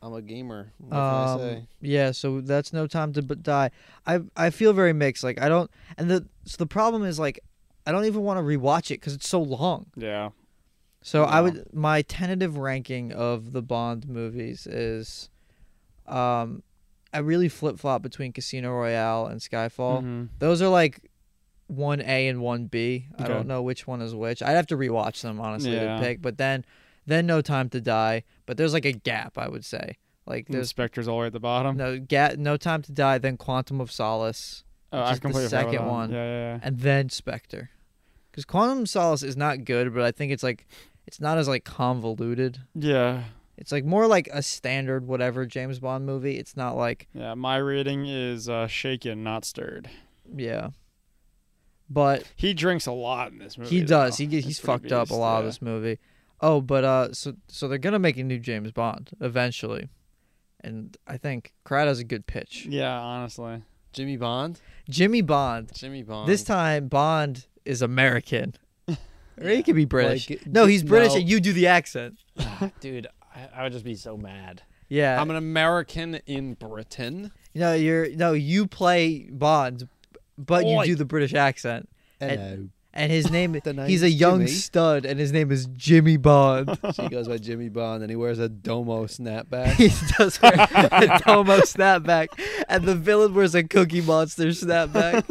I'm a gamer. What
Um,
can I say?
Yeah, so that's no time to b- die. I I feel very mixed. Like I don't, and the so the problem is like I don't even want to rewatch it because it's so long.
yeah.
So I
Yeah.
would my tentative ranking of the Bond movies is, um, I really flip flop between Casino Royale and
Hmm.
Skyfall.
Mhm.
Those are like one A and one B. I
Okay.
don't know which one is which. I'd have to rewatch them honestly
Yeah.
to pick. But then, then No Time to Die. But there's like a gap. I would say like
The
there's
Spectre's all the way at the bottom.
no ga- No Time to Die, then Quantum of Solace,
oh,
which
I
is the
completely forgot about
second
that
one.
Yeah, yeah, yeah.
and then Spectre. Because Quantum of Solace is not good, but I think it's like it's not as like convoluted.
Yeah,
It's like more like a standard whatever James Bond movie. It's not like
yeah. My rating is uh, shaken, not stirred.
yeah, but
He drinks a lot in this movie.
he
though.
does. He get, he's
It's pretty
fucked up a
beast,
lot of
yeah.
this movie. Oh, but uh, so so they're gonna make a new James Bond eventually, and I think Crowd has a good pitch.
Yeah, honestly.
Jimmy Bond.
Jimmy Bond.
Jimmy Bond.
This time, Bond is American. Or he could be British.
Like,
no, he's British,
no.
and you do the accent.
dude, I, I would just be so mad.
Yeah,
I'm an American in Britain,
no, you're no, you play Bond, but you
Oi.
do the British accent. And-
Hello.
and his name
The
he's a
name's
young
Jimmy.
stud, and his name is Jimmy Bond.
So he goes by Jimmy Bond, and he wears a Domo snapback.
he does wear a Domo snapback, and the villain wears a Cookie Monster snapback.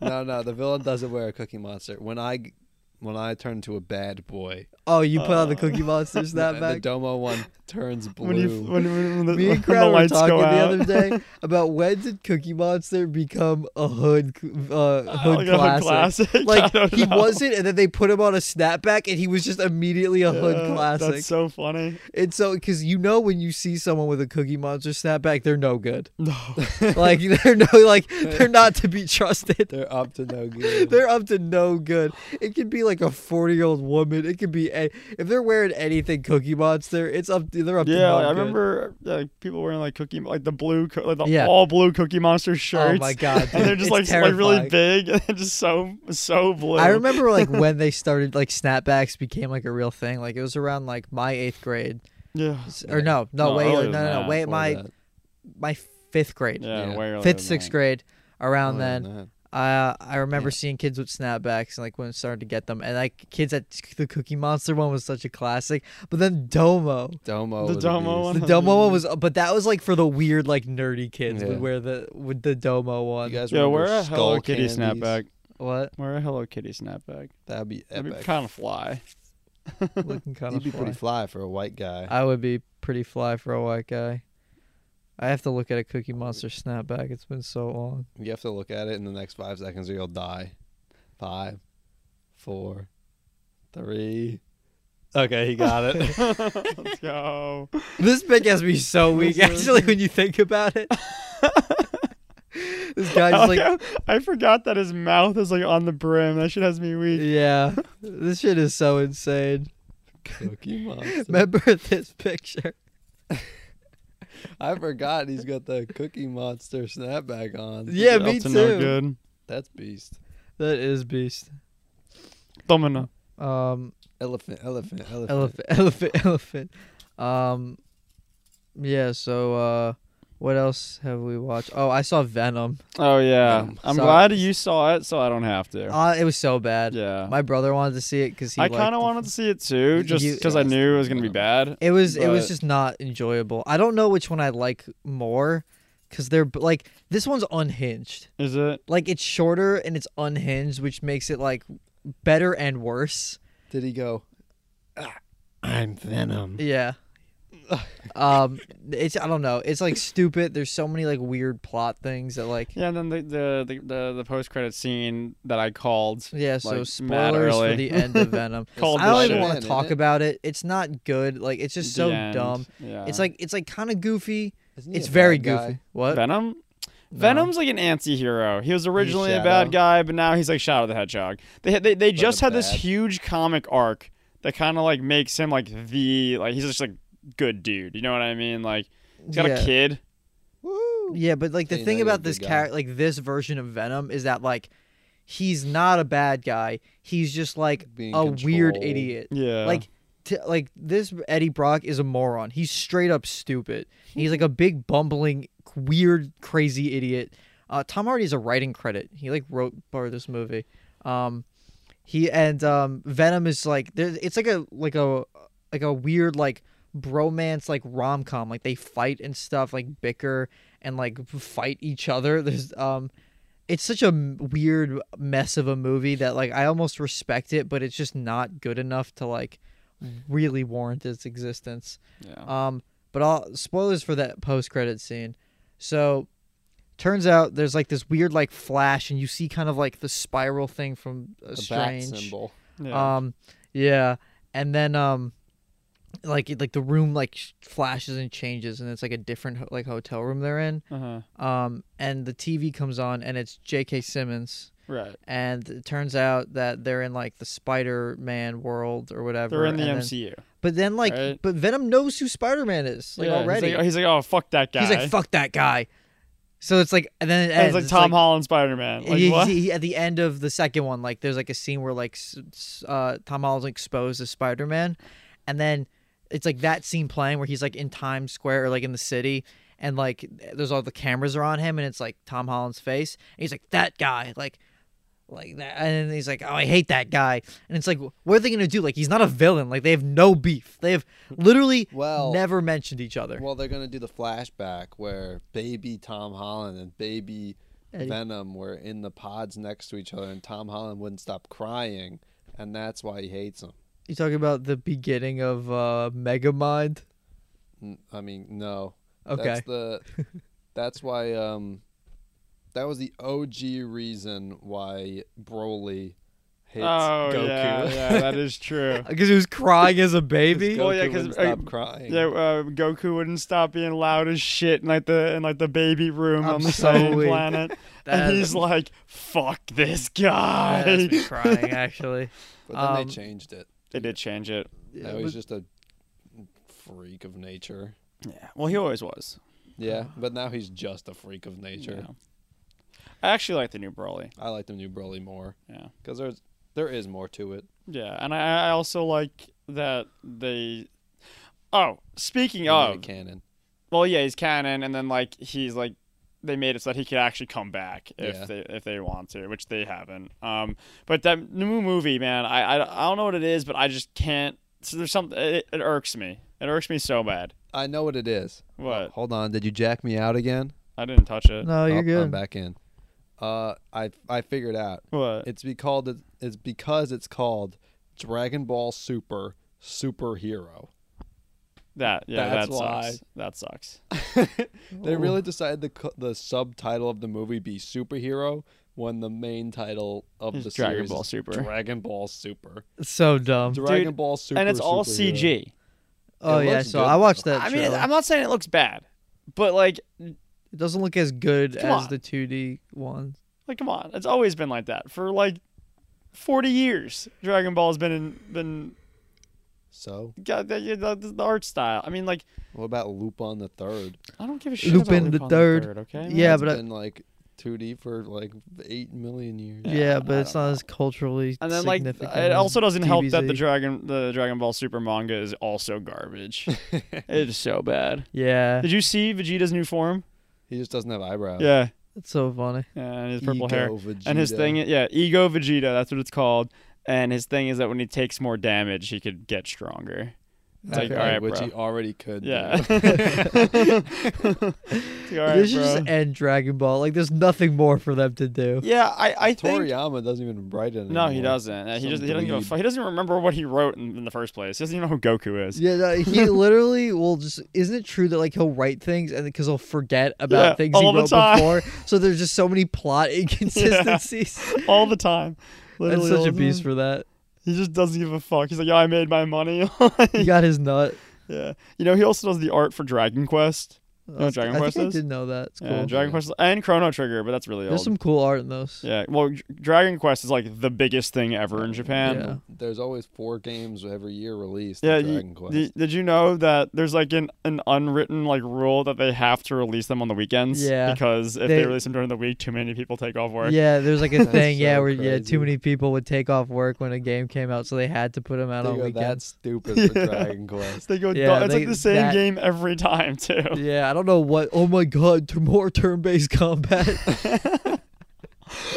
no, no, the villain doesn't wear a Cookie Monster. When I, when I turn into a bad boy,
Oh, you put on the Cookie Monster
the- the
snapback.
Domo one turns blue.
when you when, when, when the,
Me
when
and
the
Crowder were
lights
talking
go
the
out.
other day about when did Cookie Monster become a hood c- uh, hood
like a Oh, hood
classic.
classic. I
Like
don't
he
know.
wasn't, and then they put him on a snapback, and he was just immediately a hood
Yeah,
classic.
That's so funny.
And so, because you know when you see someone with a Cookie Monster snapback, they're no good.
No.
Like they're no, like they're not to be trusted.
They're up to no good.
They're up to no good. It could be like a forty-year-old woman. It could be a- if they're wearing anything Cookie Monster, it's up. They're up to
Yeah,
no
like, I
good.
remember uh, people wearing like cookie, like the blue, co- like the
Yeah.
all blue Cookie Monster
Oh
shirts.
my god!
And they're
dude,
just like,
it's
like really
terrifying.
big and just so so blue.
I remember like when they started like snapbacks became like a real thing. Like it was around like my eighth grade,
Yeah.
S- or no, no,
No,
wait,
earlier than
no, no, no,
that,
wait,
Before
my
that.
my fifth grade,
Yeah,
Yeah.
way earlier
fifth,
than
sixth
that.
grade, around
Other
then.
than that.
Uh, I remember seeing kids with snapbacks and like when it started to get them, and like kids at the Cookie Monster one was such a classic. But then Domo,
Domo.
The
was a
Domo
beast.
one.
the Domo one was, but that was like for the weird like nerdy kids
Yeah.
would wear the with the Domo one.
You guys
Yeah,
remember
wear a Hello
Skull
Kitty
Candies?
snapback.
what
Wear a Hello Kitty snapback.
That'd be
That'd
epic.
be kind of fly.
looking kind
You'd
of
be
fly.
pretty fly for a white guy.
I would be pretty fly for a white guy. I have to look at a Cookie Monster snapback. It's been so long.
You have to look at it in the next five seconds, or you'll die. Five, four, three. Okay, he got it.
Let's go.
This pick has me so weak,
This is-
actually, when you think about it. this
I,
guy's just like,
like how- I forgot that his mouth is like on the brim. That shit has me weak.
yeah, this shit is so insane.
Cookie Monster.
Remember this picture?
I forgot he's got the Cookie Monster snapback on.
Yeah,
Up
me
to
too.
no good.
That's beast.
That is beast.
Domino.
Um,
Elephant, elephant, elephant.
elephant, elephant, elephant. Um, yeah. So, uh, what else have we watched? Oh, I saw Venom.
Oh yeah.
Um,
I'm
so-
glad you saw it, so I don't have to.
Uh, it was so bad.
yeah.
My brother wanted to see it because he.
I
kind of
wanted to see it too, just
You-
because I knew it was gonna be bad.
It was it was
but-
just not enjoyable. I don't know which one I like more, because they're b- like this one's unhinged.
Is it?
Like it's shorter and it's unhinged, which makes it like better and worse.
Did he go? "Ah, I'm Venom.
Yeah. um, it's I don't know. It's like stupid. There's so many like weird plot things that like
Yeah. And then the the the, the, the post credit scene that I called.
yeah. So
Like, mad
spoilers for
early.
the end of Venom.
Called
I
the
don't
shit.
even want
End,
to
isn't
talk
it?
about it. It's not good. Like it's just so
The end.
dumb.
Yeah.
It's like it's like kind of goofy.
Isn't he
It's
a
very
bad guy?
goofy. What?
Venom.
No.
Venom's like an anti-hero. He was originally a
Shadow.
bad guy, but now he's like Shadow the Hedgehog. They they, they just
a
had this
bad-
huge comic arc that kind of like makes him like the like he's just like good dude. You know what I mean? Like he's got
Yeah.
a kid.
Woo.
Yeah, but like the
So you know
thing
you're a
about
good
this
guy.
character, like this version of Venom, is that like he's not a bad guy. He's just like
Being
a weird
controlled.
idiot.
Yeah.
Like, t- like this Eddie Brock is a moron. He's straight up stupid. He's like a big bumbling, weird, crazy idiot. Uh, Tom Hardy is a writing credit. He like wrote part of this movie. Um, he and um, Venom is like there. It's like a like a like a weird like bromance like rom com. Like they fight and stuff, like bicker and like fight each other. There's um, it's such a m- weird mess of a movie that like I almost respect it, but it's just not good enough to like
Mm.
really warrant its existence.
yeah.
Um, but all spoilers for that post credit scene. So, turns out there's like this weird like flash, and you see kind of like the spiral thing from uh,
The bat
Strange.
symbol.
yeah.
Um, yeah, and then um, like it- like the room like sh- flashes and changes, and it's like a different ho- like hotel room they're in.
uh-huh.
Um, and the TV comes on, and it's J.K. Simmons.
Right.
And it turns out that they're in like the Spider-Man world or whatever.
They're in the
and then-
MCU.
but then like,
Right.
but Venom knows who Spider-Man is like
Yeah, he's
already.
He's like, oh fuck that guy.
He's like, fuck that guy. So it's like, and then it
And
ends.
it's like Tom Holland Spider Man. Like
he-
what?
he- he- at the end of the second one, like there's like a scene where like s- s- uh, Tom Holland's exposed as Spider Man, and then it's like that scene playing where he's like in Times Square or like in the city, and like there's all the cameras are on him, and it's like Tom Holland's face, and he's like that guy, like like that and then he's like oh i hate that guy and it's like what are they gonna do like he's not a villain like they have no beef they have literally
Well-
never mentioned each other
Well, they're gonna do the flashback where baby Tom Holland and baby
Eddie.
Venom were in the pods next to each other, and Tom Holland wouldn't stop crying, and that's why he hates him.
you talking about the beginning of uh megamind
N- I mean, no.
Okay.
That's the. that's why. Um, that was the OG reason why Broly hates
oh
Goku.
yeah, yeah, that is true.
because he was crying as a baby
Well, yeah,
Goku
'cause,
wouldn't
uh,
stop crying.
Yeah, uh, Goku wouldn't stop being loud as shit in like the in like the baby room
I'm
on the
so
same
weak.
planet,
That-
and he's like, "Fuck this guy."
That has me crying actually
but then
um,
they changed it.
they did change it.
Yeah,
now
but-
he's just a freak of nature.
Yeah. Well, he always was.
Yeah,
Uh,
but now he's just a freak of nature.
Yeah. I actually like the new Broly.
I like the new Broly more
Yeah.
because there's there is more to it.
Yeah, and I, I also like that they. Oh, speaking
They made
of,
it canon.
well, yeah, he's canon, and then like he's like, they made it so that he could actually come back if
Yeah.
they if they want to, which they haven't. Um, but that new movie, man, I I, I don't know what it is, but I just can't. So there's something it, it irks me. It irks me so bad.
I know what it is.
What?
Hold on, did you jack me out again?
I didn't touch it.
no
Oh,
you're
I'm
good
back in. Uh, I I figured out.
What?
It's be called. It's because it's called Dragon Ball Super Superhero.
that yeah,
that's
that sucks.
why.
That sucks.
They really decided the co- the subtitle of the movie be superhero when the main title of
It's
the
Dragon
series
Ball
is
Super.
Dragon Ball Super.
It's so dumb
Dragon Ball Super.
and it's all
Superhero.
CG.
oh
it
yeah
looks
so
good,
i watched
though.
that
I mean,
trailer.
I'm not saying it looks bad, but like
it doesn't look as good
Come
as
on.
the 2d one
Like, come on, it's always been like that for like forty years. Dragon Ball has been in, been
So,
got the, the, the art style. I mean, like,
what about Lupin the Third?
I don't give a shit
Lupin
about
the
Lupin
Third.
okay, man?
Yeah,
It's
but I-
been like 2D for like eight million years.
yeah, but
I
it's not as culturally
And then like,
significant
it
as
also doesn't help that the
DBZ.
Dragon the Dragon Ball Super manga is also garbage. it's so bad.
yeah
Did you see Vegeta's new form?
He just doesn't have
Oh.
eyebrows.
Yeah,
it's so funny
yeah and his purple hair.
Ego Vegeta.
And his thing, yeah, Ego Vegeta. That's what it's called. And his thing is that when he takes more damage, he could get stronger. It's like,
Okay.
all right,
which
bro.
he already could.
Yeah.
do.
this should just end Dragon Ball. Like, there's nothing more for them to do.
yeah, I, I think.
Toriyama doesn't even write it.
No, he
anymore.
doesn't. Uh, He
Some
just he doesn't give a
dweeb.
fu- He doesn't remember what he wrote in, in the first place. He doesn't even know who Goku is.
Yeah, no, he literally will just. Isn't it true that like he'll write things and because he'll forget about
Yeah,
things he
all the
wrote
time.
before? So there's just so many plot inconsistencies.
All the time.
That's
Literally all
such a
the
beast
time.
for that.
He just doesn't give a fuck. He's like, yeah, I made my money.
He got his nut.
yeah. You know, he also does the art for Dragon Quest.
That's-
Dragon
I
Quest
think
is?
I did know that. It's cool.
Yeah, Dragon
Yeah.
Quest and Chrono Trigger, but that's really
there's
old.
some cool art in those.
Yeah. Well, Dr- Dragon Quest is like the biggest thing ever in Japan.
Yeah.
There's always four games every year released.
Yeah,
Yeah,
you-
Dragon Quest.
Did, did you know that there's like an, an unwritten like rule that they have to release them on the weekends?
Yeah.
Because if they,
They-
release them during the week, too many people take off work.
Yeah, there's like a
That's
thing. yeah,
so
where yeah,
crazy.
too many people would take off work when a game came out, so they had to put him out
They
on
go, that's
weekends.
stupid
Yeah.
for Dragon Quest.
They go.
Yeah,
dumb. it's
they-
like the same
that-
game every time too.
Yeah, I don't know what. Oh my god, t- more turn-based combat.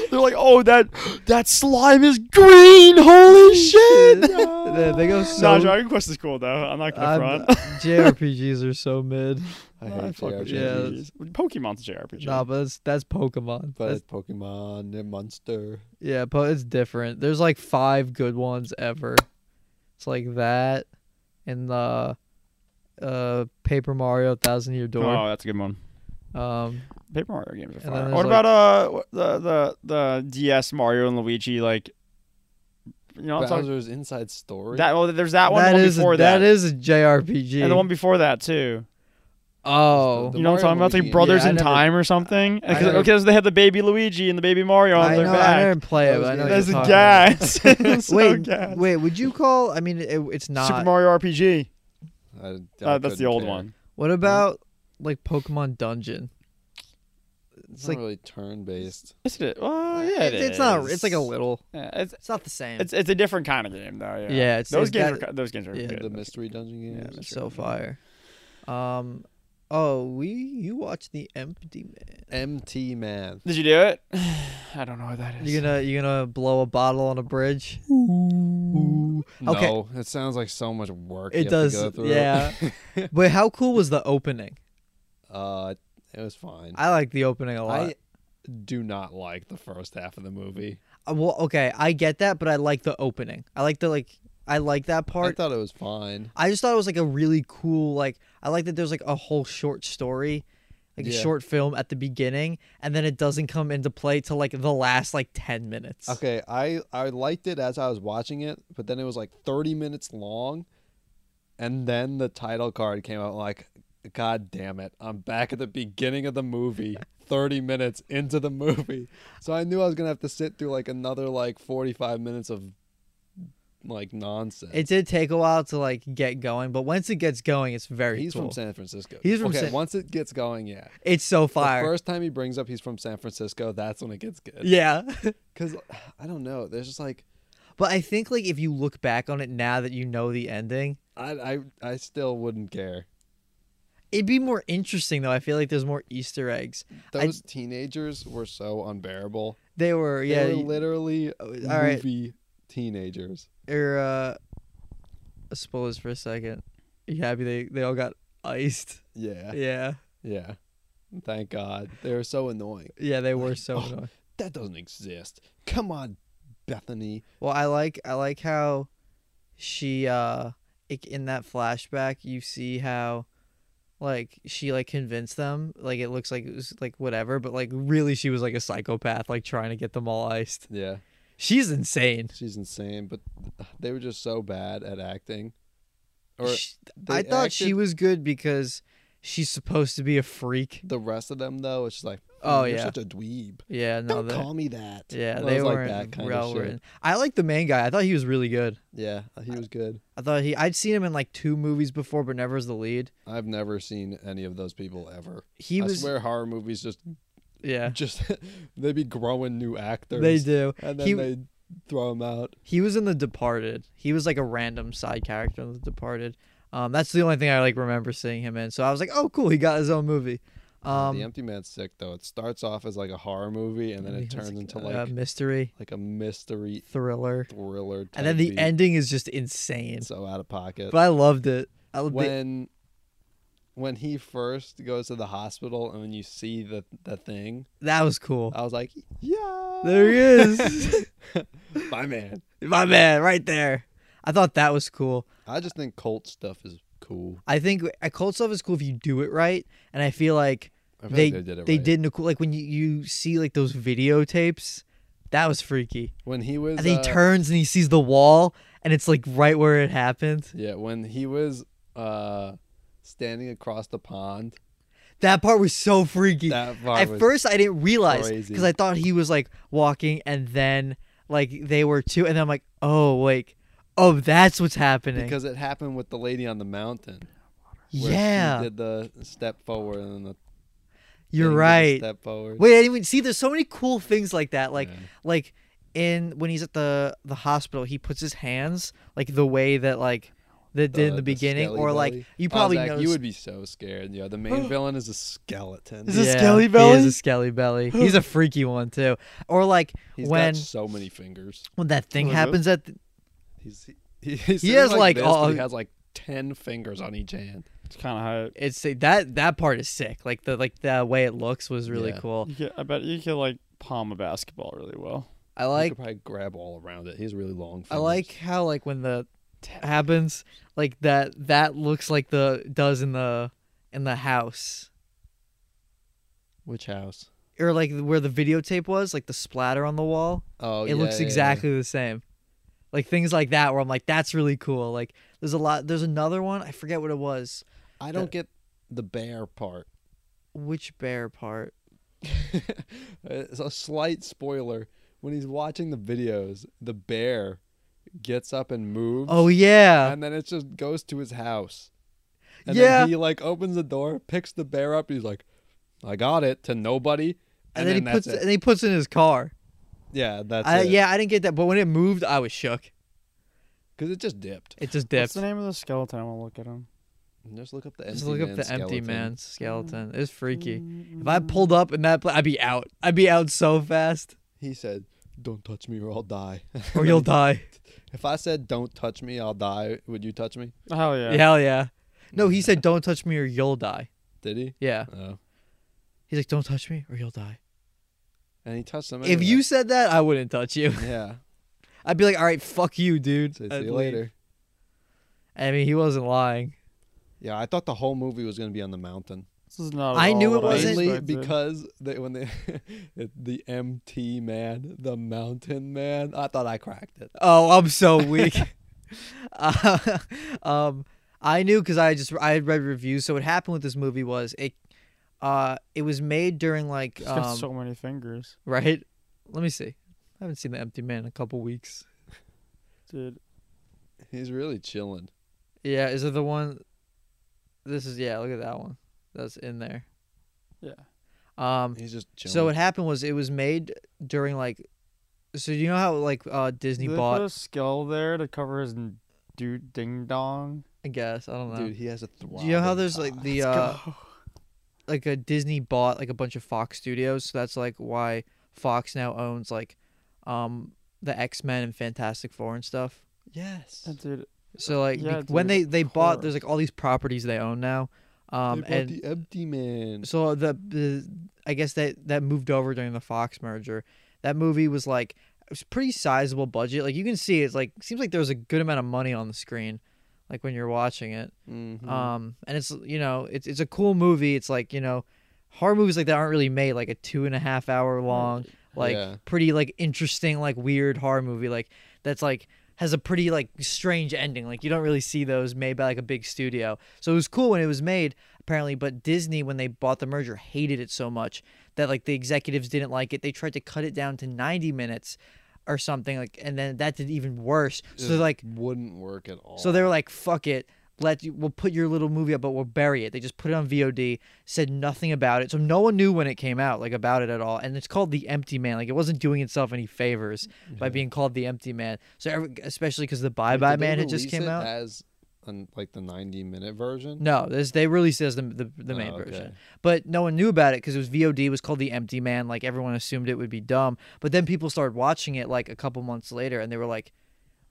They're like, oh that that slime is green. Holy shit!
they, they go
nah,
so.
Dragon Quest is cool though. I'm not gonna
I'm-
front.
JRPGs are so mid.
I
I
hate
fuck with
yeah.
JRPGs.
JRPGs. Pokemon's a JRPG.
Nah, but that's that's Pokemon.
But
That's-
it's Pokemon, they're Monster.
yeah, but it's different. There's like five good ones ever. It's like that, and the, uh, Paper Mario Thousand Year
oh,
Door.
that's a good one.
Um,
Paper Mario games are
And then
fire.
there's,
What
like-
about uh wh- the the the DS Mario and Luigi like? You know, what I'm talking
Bowser's Inside Story.
that. Well, there's that one. the
that
one
is
before that.
that is a JRPG.
and the one before that too.
oh,
The
you know what I'm talking
Mario
about? It's
Luigi
like
and-
Brothers
Yeah, I
in
never-
Time or something.
I
Because
never-
they had the baby Luigi and the baby Mario on
I
their
know, I
back.
didn't play
That
it,
was
but I know
the-
what
That's
you're talking about.
gas. It's so
Wait,
gas.
wait, would you call? I mean, it, it's not.
Super Mario RPG.
I- I
Uh, that's the
couldn't
old
care.
one.
What about like Pokemon Dungeon?
It's
It's
not
like
really turn based.
Is it? Oh yeah, it
it's, it's not.
is.
It's like a little.
Yeah, it's,
It's not the same.
it's it's a different kind of game though. Yeah.
Yeah, it's-
those
it's
games.
got-
are, co- those games are
yeah.
good.
The mystery dungeon
Yeah,
games.
that's
so fire. Um, Oh, we you watch the Empty Man.
MT Man.
Did you do it? I don't know what that is.
You gonna you gonna blow a bottle on a bridge? Okay.
No, it sounds like so much work.
It
you
does,
Have to go through.
yeah. but how cool was the opening?
uh, it was fine.
I like the opening a lot.
I do not like the first half of the movie.
Uh, well, okay, I get that, but I like the opening. I like the like I like that
I
part.
thought it was fine.
I just thought it was like a really cool like I like that there's like a whole short story, like a
Yeah.
short film at the beginning, and then it doesn't come into play till like the last like ten minutes.
Okay, I I liked it as I was watching it, but then it was like 30 minutes long, and then the title card came out. Like, God damn it! I'm back at the beginning of the movie, 30 minutes into the movie. So I knew I was gonna have to sit through like another like 45 minutes of like nonsense.
It did take a while to like get going, but once it gets going, it's very
He's
cool.
from San Francisco.
He's from
okay,
San-
once it gets going, yeah.
it's so
The
fire.
first time he brings up he's from San Francisco, that's when it gets good.
Yeah.
Cause I don't know. There's just like
but I think like if you look back on it now that you know the ending,
I I I still wouldn't care.
it'd be more interesting though. I feel like there's more Easter eggs. I-
Those teenagers were so unbearable.
They were yeah,
they were
you-
literally movie
all right.
teenagers.
or uh I suppose uh, for a second. You happy they they all got iced?
Yeah,
Yeah.
yeah. Thank God they were so annoying.
Yeah, they were so
oh.
annoying.
That doesn't exist. Come on, Bethany.
Well, I like I like how she uh like, in that flashback you see how like she like convinced them like it looks like it was like whatever but like really she was like a psychopath like trying to get them all iced.
Yeah,
She's insane.
she's insane. But they were just so bad at acting. Or
She- I
they
thought she
acted-
was good because she's supposed to be a freak.
the rest of them though, it's just like, "Hmm,
Oh,
you're
yeah.
such a dweeb.
Yeah, no,
Don't
they-
call me that.
Yeah,
It
they
was
weren't well written. I like the main guy. I thought he was really good.
Yeah, he was good.
I thought he. I'd seen him in like two movies before, but never as the lead.
I've never seen any of those people ever.
He
I
was.
swear horror movies just
yeah,
just they be growing new actors.
they do.
and then
He-
they throw them out.
He was in The Departed. He was like a random side character in The Departed. Um, that's the only thing I like remember seeing him in. So I was like, oh, cool, he got his own movie.
Uh, the
Um,
Empty Man's sick though. It starts off as like a horror movie, and then it
it's
turns into like
a Uh, mystery
like a mystery
thriller,
thriller. Type
and then the
beat.
ending is just insane.
so out of pocket.
But I loved it. I loved the-
when when he first goes to the hospital, and when you see the the thing,
that was cool.
I was like, yeah,
There he is,
my man.
my man, right there. I thought that was cool.
I just think cult stuff is cool.
I think uh, cold stuff is cool if you do it right, and I feel like
I feel
they
like did it
they
right.
did in a cool like when you, you see like those videotapes, that was freaky.
when he was
And then he
uh,
turns and he sees the wall, and it's like right where it happened.
yeah when he was uh standing across the pond
That part was so freaky.
that part
At
was
first, I didn't realize
crazy.
because I thought he was like walking, and then like they were too, and then I'm like, oh like, oh that's what's happening.
because it happened with the lady on the mountain where she
yeah,
did the step forward and then the thing
you're
did the
right.
step forward
Wait, I didn't even see. There's so many cool things like that. Like,
Yeah.
like in when he's at the the hospital, he puts his hands like the way that like that did in the beginning,
Uh, skelly
or like
belly.
you
Oh,
probably
Zach,
know
you would be so scared yeah the main villain is a skeleton
Is it skelly belly?
He is a skelly belly. He's a freaky one too. Or like
He's
when
got so many fingers
when that thing
Oh, really?
happens at the,
he's he, he's
He has, like,
this, but
all-
he has like 10 fingers on each hand
It's kind of hype.
it's that that part is sick. Like the like the way it looks was really
Yeah.
cool.
You could, I bet you could like palm a basketball really well.
I
He
like
could probably grab all around it he's really long
I
fingers.
like how like when the t- happens like that that looks like the does in the in the house.
which house
or like where the videotape was, like the splatter on the wall,
oh
it looks exactly the same. Like things like that, where I'm like, that's really cool. Like there's a lot. There's another one. I forget what it was.
i
don't
don't get the bear part
Which bear part?
it's a slight spoiler when he's watching the videos the bear gets up and moves
Oh yeah,
and then it just goes to his house and
Yeah.
then he like opens the door picks the bear up he's like i got it to nobody
and, then, he puts
that's it.
and he puts it in his car.
yeah that's
I,
it
yeah, I didn't get that, but when it moved, I was shook.
because it just dipped
It just
What's
dipped.
the name of the skeleton? I want to look at him.
Just look up the empty
Just look up
man
the empty
skeleton.
man skeleton. It's freaky. If I pulled up in that place, I'd be out. I'd be out so fast,
He said, "Don't touch me or I'll die."
or you'll die.
if I said, "Don't touch me, I'll die," would you touch me?
Hell yeah.
Hell yeah. No, he said, "Don't touch me, or you'll die."
Did he?
Yeah,
Oh.
he's like, "Don't touch me, or you'll die."
And he touched him.
If
anyway.
you said that, I wouldn't touch you.
yeah,
I'd be like, "All right, fuck you, dude."
say
I'd
see you
leave.
later.
I mean, he wasn't lying.
Yeah, I thought the whole movie was gonna be on the mountain.
This is not. at
I
all
knew
what
it wasn't-
Mainly
expected.
because they, when they it- the MT man, the mountain man, I thought I cracked it.
Oh, I'm so weak. uh, um, I knew because I just I had read reviews. So what happened with this movie was it, uh, it was made during like
He's got
um,
so many fingers,
right. Let me see. I haven't seen the Empty Man in a couple weeks.
dude.
He's really chilling.
Yeah, is it the one? This is yeah. Look at that one. That's in there.
Yeah.
Um.
He's just chilling.
So what happened was it was made during like, so you know how like uh Disney
Did they
bought.
put a skull there to cover his n- dude ding dong?
I guess I don't know.
dude, he has a throb.
um, Do you know how there's like the uh,
Let's go.
like a Disney bought like a bunch of Fox studios, so that's like why Fox now owns like um the X Men and Fantastic Four and stuff.
yes.
And dude,
So like
Yeah,
bec- when
dude,
they
of
they bought there's like all these properties they own now, um
they bought
and
the empty man.
so the, the I guess that that moved over during the Fox merger. That movie was like it was pretty sizable budget. Like you can see it's like seems like there was a good amount of money on the screen, like when you're watching it.
Mhm.
Um, and it's you know it's it's a cool movie. It's like you know, horror movies like that aren't really made like a two and a half hour long, like
Yeah.
pretty like interesting like weird horror movie like that's like has a pretty like strange ending. Like you don't really see those made by like a big studio. So it was cool when it was made apparently, but Disney when they bought the merger hated it so much that like the executives didn't like it. They tried to cut it down to ninety minutes or something like, and then that did even worse. So they're
Just
like
wouldn't work at all.
so they were like, "Fuck it, let you, we'll put your little movie up, but we'll bury it." They just put it on VOD, said nothing about it, so no one knew when it came out, like about it at all. And it's called The Empty Man. Like it wasn't doing itself any favors
Mm-hmm.
by being called The Empty Man. So every, especially because the Bye
Like,
Bye
did they
Man had just
release
came
it
out.
as an, like the 90 minute version.
no, this, they released it as the the, the main
Oh, okay.
version, but no one knew about it because it was VOD. It was called The Empty Man. Like everyone assumed it would be dumb, but then people started watching it like a couple months later, and they were like,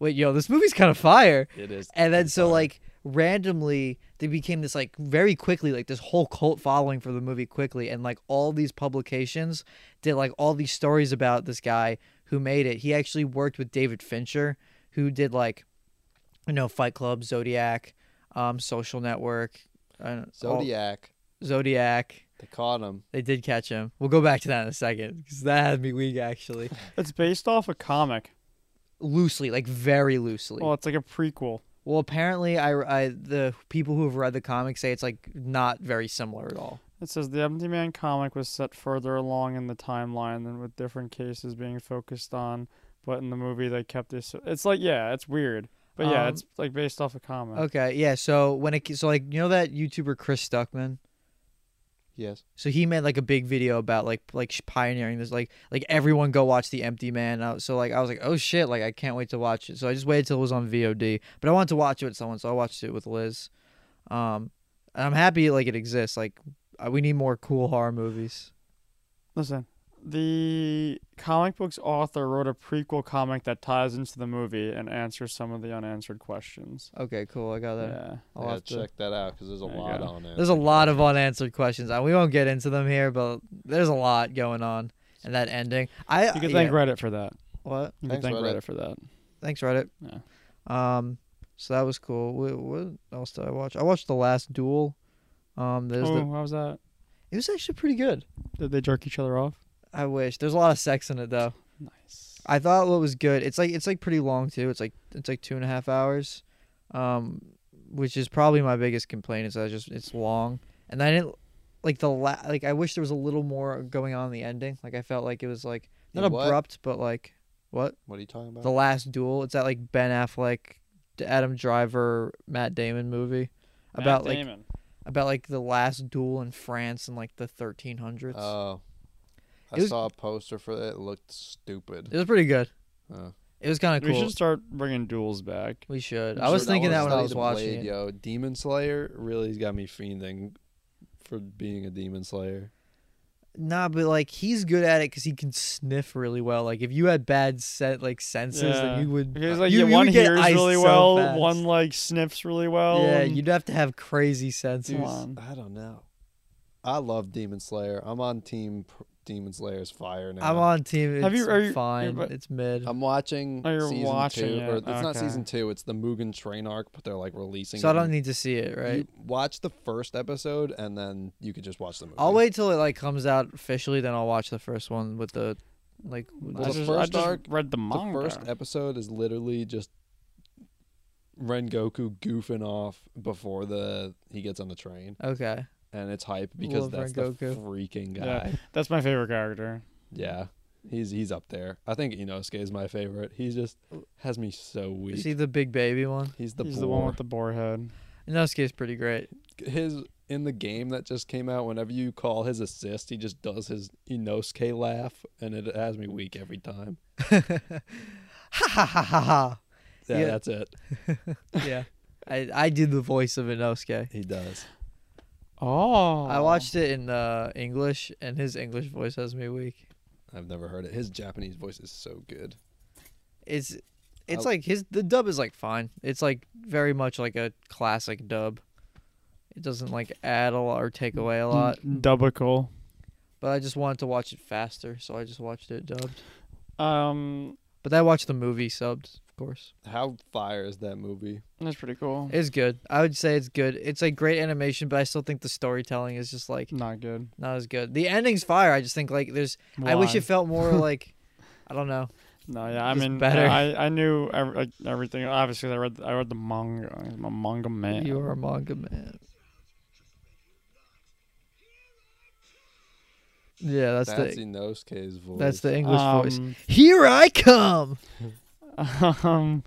"Wait, yo, this movie's kind of fire."
It is.
and then so like randomly they became this like very quickly like this whole cult following for the movie quickly and like all these publications did like all these stories about this guy who made it he actually worked with david fincher who did like you know fight club zodiac um social network uh,
Zodiac,
zodiac
they caught him.
they did catch him we'll go back to that in a second because that had me weak actually
it's based off a comic.
loosely like very loosely
Well, it's like a prequel.
Well, apparently, I, I the people who have read the comic say it's like not very similar at all.
It says the Empty Man comic was set further along in the timeline than with different cases being focused on, but in the movie they kept this. It's like yeah, it's weird, but yeah,
Um,
it's like based off a comic.
Okay, yeah. So when it so like you know that YouTuber Chris Stuckman,
Yes.
so he made like a big video about like like sh- pioneering this like like everyone go watch The Empty Man. Uh, So like I was like oh shit like I can't wait to watch it. So I just waited till it was on VOD, but I wanted to watch it with someone, so I watched it with Liz. Um, and I'm happy like it exists. Like uh, we need more cool horror movies.
Listen, the comic book's author wrote a prequel comic that ties into the movie and answers some of the unanswered questions.
Okay, cool. I got that.
Yeah,
I'll
yeah,
have to-
check that out because there's a
There you
lot
go.
on it.
There's a lot of unanswered questions. Uh, We won't get into them here, but there's a lot going on in that ending. I
you can
yeah.
thank Reddit for that.
What?
You can
Thanks,
thank
Reddit.
Reddit. for that.
Thanks, Reddit.
Yeah.
Um, so that was cool. What, what else did I watch? I watched The Last Duel. Um, there's
oh,
the,
how was that?
it was actually pretty good.
Did they jerk each other off?
I wish there's a lot of sex in it though.
Nice.
I thought what was good. It's like it's like pretty long too. It's like it's like two and a half hours, um, which is probably my biggest complaint is that it's just it's long, and I didn't like the la- like I wish there was a little more going on in the ending. Like I felt like it was like not
In what?
abrupt, but like what
What are you talking about?
the last duel. It's that like Ben Affleck, D- Adam Driver, Matt Damon movie about like about like the last duel in France in like the 1300s.
Oh. I
It was-
saw a poster for that. It looked stupid.
it was pretty good.
Oh.
It was kind of
We
cool.
should start bringing duels back.
We should.
You
I was
should
thinking that
always
when I
study
was
the
watching.
Blade,
it.
Yo, Demon Slayer really's got me fiending for being a Demon Slayer.
Nah, but like he's good at it because he can sniff really well. Like if you had bad set like senses,
Yeah.
then you would.
Because like
you,
yeah,
you
one
would get
hears
iced
really
so
well,
fast.
one like sniffs really well.
yeah,
and-
you'd have to have crazy senses.
Come on.
I don't know. I love Demon Slayer. I'm on Team P- Demon Slayer's fire now.
I'm on team. It's
Have you- are you- you're
fine.
bu-
it's mid.
I'm watching
Oh, you're
season
watching
two.
it.
Or it's not
Okay.
season two. It's the Mugen Train arc, but they're like releasing.
so I
it
don't
in-
need to see it, right?
You watch the first episode, and then you could just watch the movie.
I'll wait till it like comes out officially. Then I'll watch the first one with the like. with
Well,
I
the-
the
just, I
first
just
arc-
read the
The
manga.
first episode is literally just Rengoku goofing off before the he gets on the train,
okay.
and it's hype because
Love
that's the
Rengoku.
freaking
Yeah.
guy.
That's my favorite character.
Yeah. He's he's up there. I think Inosuke is my favorite. He just has me so weak.
Is he the big baby one?
he's the
He's
boar.
the one with the boar head.
Inosuke's pretty great.
his in the game that just came out. Whenever you call his assist, he just does his Inosuke laugh, and it has me weak every time.
Ha ha ha ha ha.
Yeah,
Yeah.
that's it.
Yeah. I I did the voice of Inosuke.
He does.
Oh,
I watched it in uh, English, and his English voice has me weak.
I've never heard it. His Japanese voice is so good.
It's it's
I-
like his the dub is like fine. It's like very much like a classic dub. It doesn't like add a lot or take away a lot.
Mm-hmm. Mm, Dubical.
But I just wanted to watch it faster, so I just watched it dubbed.
Um,
But I watched the movie subbed, of course.
How fire is that movie?
that's pretty cool.
It's good. I would say it's good. It's like great animation, but I still think the storytelling is just like
Not good.
not as good. The ending's fire. I just think like there's. I wish
Why?
it felt more like. I don't know.
No, yeah, I
was
mean,
better.
I I knew ev- like, everything. Obviously, I read I read the manga. I'm a manga man.
You are a manga man. Yeah, that's,
That's,
the
Inosuke's voice.
that's the English voice.
Um,
Here I come.
Um,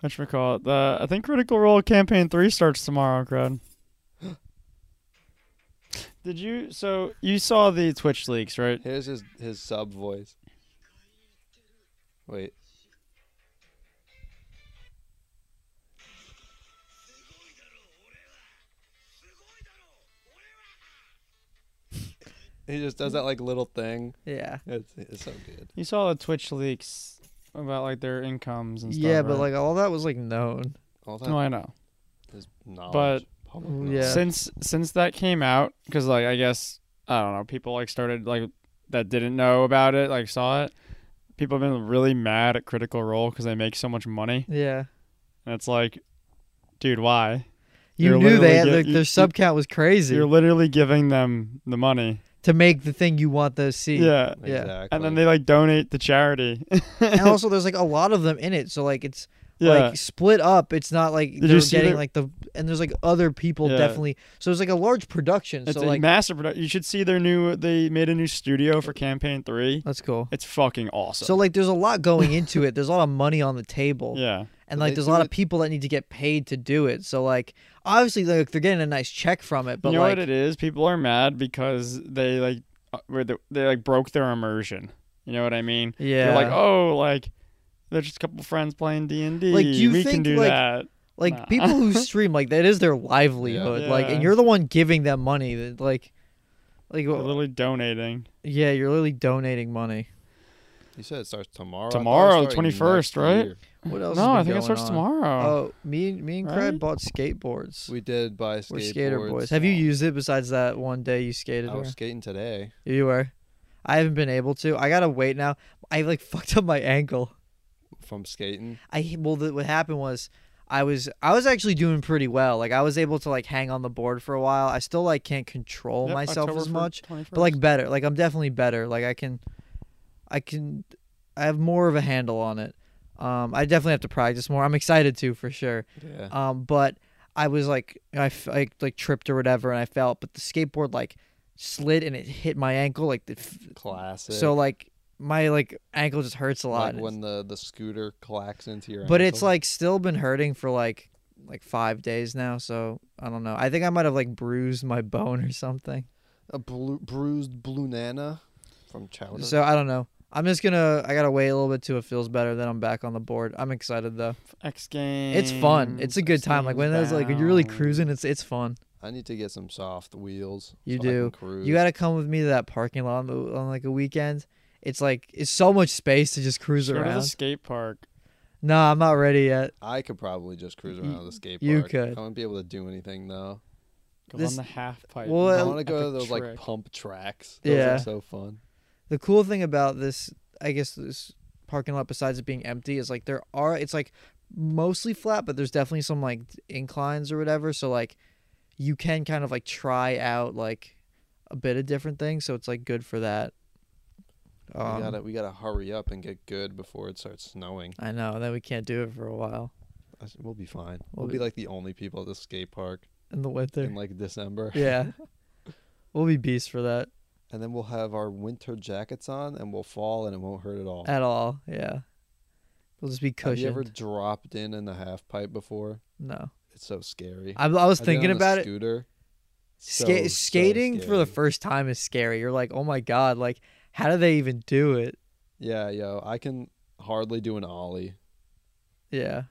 what should we call it? The I think Critical Role Campaign Three starts tomorrow, Cred. Did you? So you saw the Twitch leaks, right?
Here's his his sub voice. Wait. He just does that like little thing.
Yeah.
It's, it's so good.
You saw the Twitch leaks about like their incomes and stuff.
Yeah, but
right?
like all that was like known.
All that
no, I know.
is knowledge. public
Mm,
knowledge.
yeah.
Since since that came out, because like I guess I don't know, people like started like that didn't know about it, like saw it. People have been really mad at Critical Role because they make so much money,
Yeah.
and it's like, dude, why?
You
You're
knew
literally
they had,
get-
like,
you-
their
you-
sub count was crazy
You're literally giving them the money.
to make the thing you want to see.
Yeah.
Yeah.
Exactly.
And then they like donate to charity.
and also, there's like a lot of them in it, so like it's
yeah.
like split up. It's not like
you
they're
see
getting
the-
like the and there's like other people
Yeah.
definitely. So it's like a large production.
it's
so
a
like
massive production. You should see their new they made a new studio for campaign 3.
that's cool.
It's fucking awesome.
So like there's a lot going into it. There's a lot of money on the table.
yeah.
And
But
like
they
there's a
do
lot
it-
of people that need to get paid to do it. So like obviously like they're getting a nice check from it, but
you know
like
what it is? People are mad because they like uh, were the- they like broke their immersion. You know what I mean?
yeah.
They're like, "Oh, like there's just a couple friends playing D&D.
Like, do you
we can
think,
do
like-
that."
like
nah.
people who stream like that is their livelihood. Like
Yeah.
and you're the one giving them money. that, Like like
They're literally donating.
yeah, you're literally donating money.
You said it starts tomorrow. I thought it
Tomorrow,
was starting
21st,
next
right?
year.
What else?
No,
has
I
been
think it
going
starts
on?
tomorrow.
Oh, me and me and Craig
Right?
bought skateboards.
We did buy skateboards.
We're skater boys. Have you
Um,
used it besides that one day you skated?
I
or-
was skating today.
You were. I haven't been able to. I gotta wait now. I like fucked up my ankle.
from skating.
I well, the, what happened was, I was I was actually doing pretty well. Like I was able to like hang on the board for a while. I still like can't control
Yep,
Oh, myself
October
as
fir-
much,
21st.
but like better. Like I'm definitely better. Like I can, I can, I have more of a handle on it. Um, I definitely have to practice more. I'm excited to for sure.
Yeah.
Um, but I was like, I, f- I, like tripped or whatever, and I fell. But the skateboard like slid and it hit my ankle. Like the f-
Um, Classic.
so like my like ankle just hurts a lot.
like when the the scooter clacks into your.
but it's
ankle.
like still been hurting for like like five days now. So I don't know. I think I might have like bruised my bone or something.
a blu- bruised blue nana from Chowder.
So I don't know. I'm just gonna. I gotta wait a little bit till it feels better. Then I'm back on the board. I'm excited though.
X Games.
It's
Mm,
fun. It's a good time. Like when there's like when you're really cruising, it's it's fun.
I need to get some soft wheels.
You
so I
do.
can cruise.
You gotta come with me to that parking lot on, the, on like a weekend. It's like it's so much space to just cruise
Go to the
around.
skate park.
No, I'm not ready yet.
I could probably just cruise
Y-
around the skate
you
park.
could.
I wouldn't be able to do anything though.
Go
This-
on the half pipe.
Well,
I
Well,
want to go to those like
trick.
pump tracks. Those
Yeah.
are so fun.
The cool thing about this, I guess, this parking lot besides it being empty is like there are. It's like mostly flat, but there's definitely some like inclines or whatever. So like, you can kind of like try out like a bit of different things. So it's like good for that. Um,
we gotta we gotta hurry up and get good before it starts snowing.
I know. Then we can't do it for a while
I s- We'll be fine.
We'll
We'll,
be-
be like the only people at the skate park
in the winter.
in like December,
yeah, we'll be beasts for that
and then we'll have our winter jackets on and we'll fall and it won't hurt at all.
at all. Yeah, we'll just be
Have
cushioned.
you ever dropped in in the half pipe before?
No,
It's so scary.
I, I was
I did
thinking
on a
about it.
Scooter.
Ska-
So, so
skating for the
scary.
first time is scary. You're like, oh my god, like how do they even do it?
Yeah, yo, I can hardly do an ollie.
Yeah,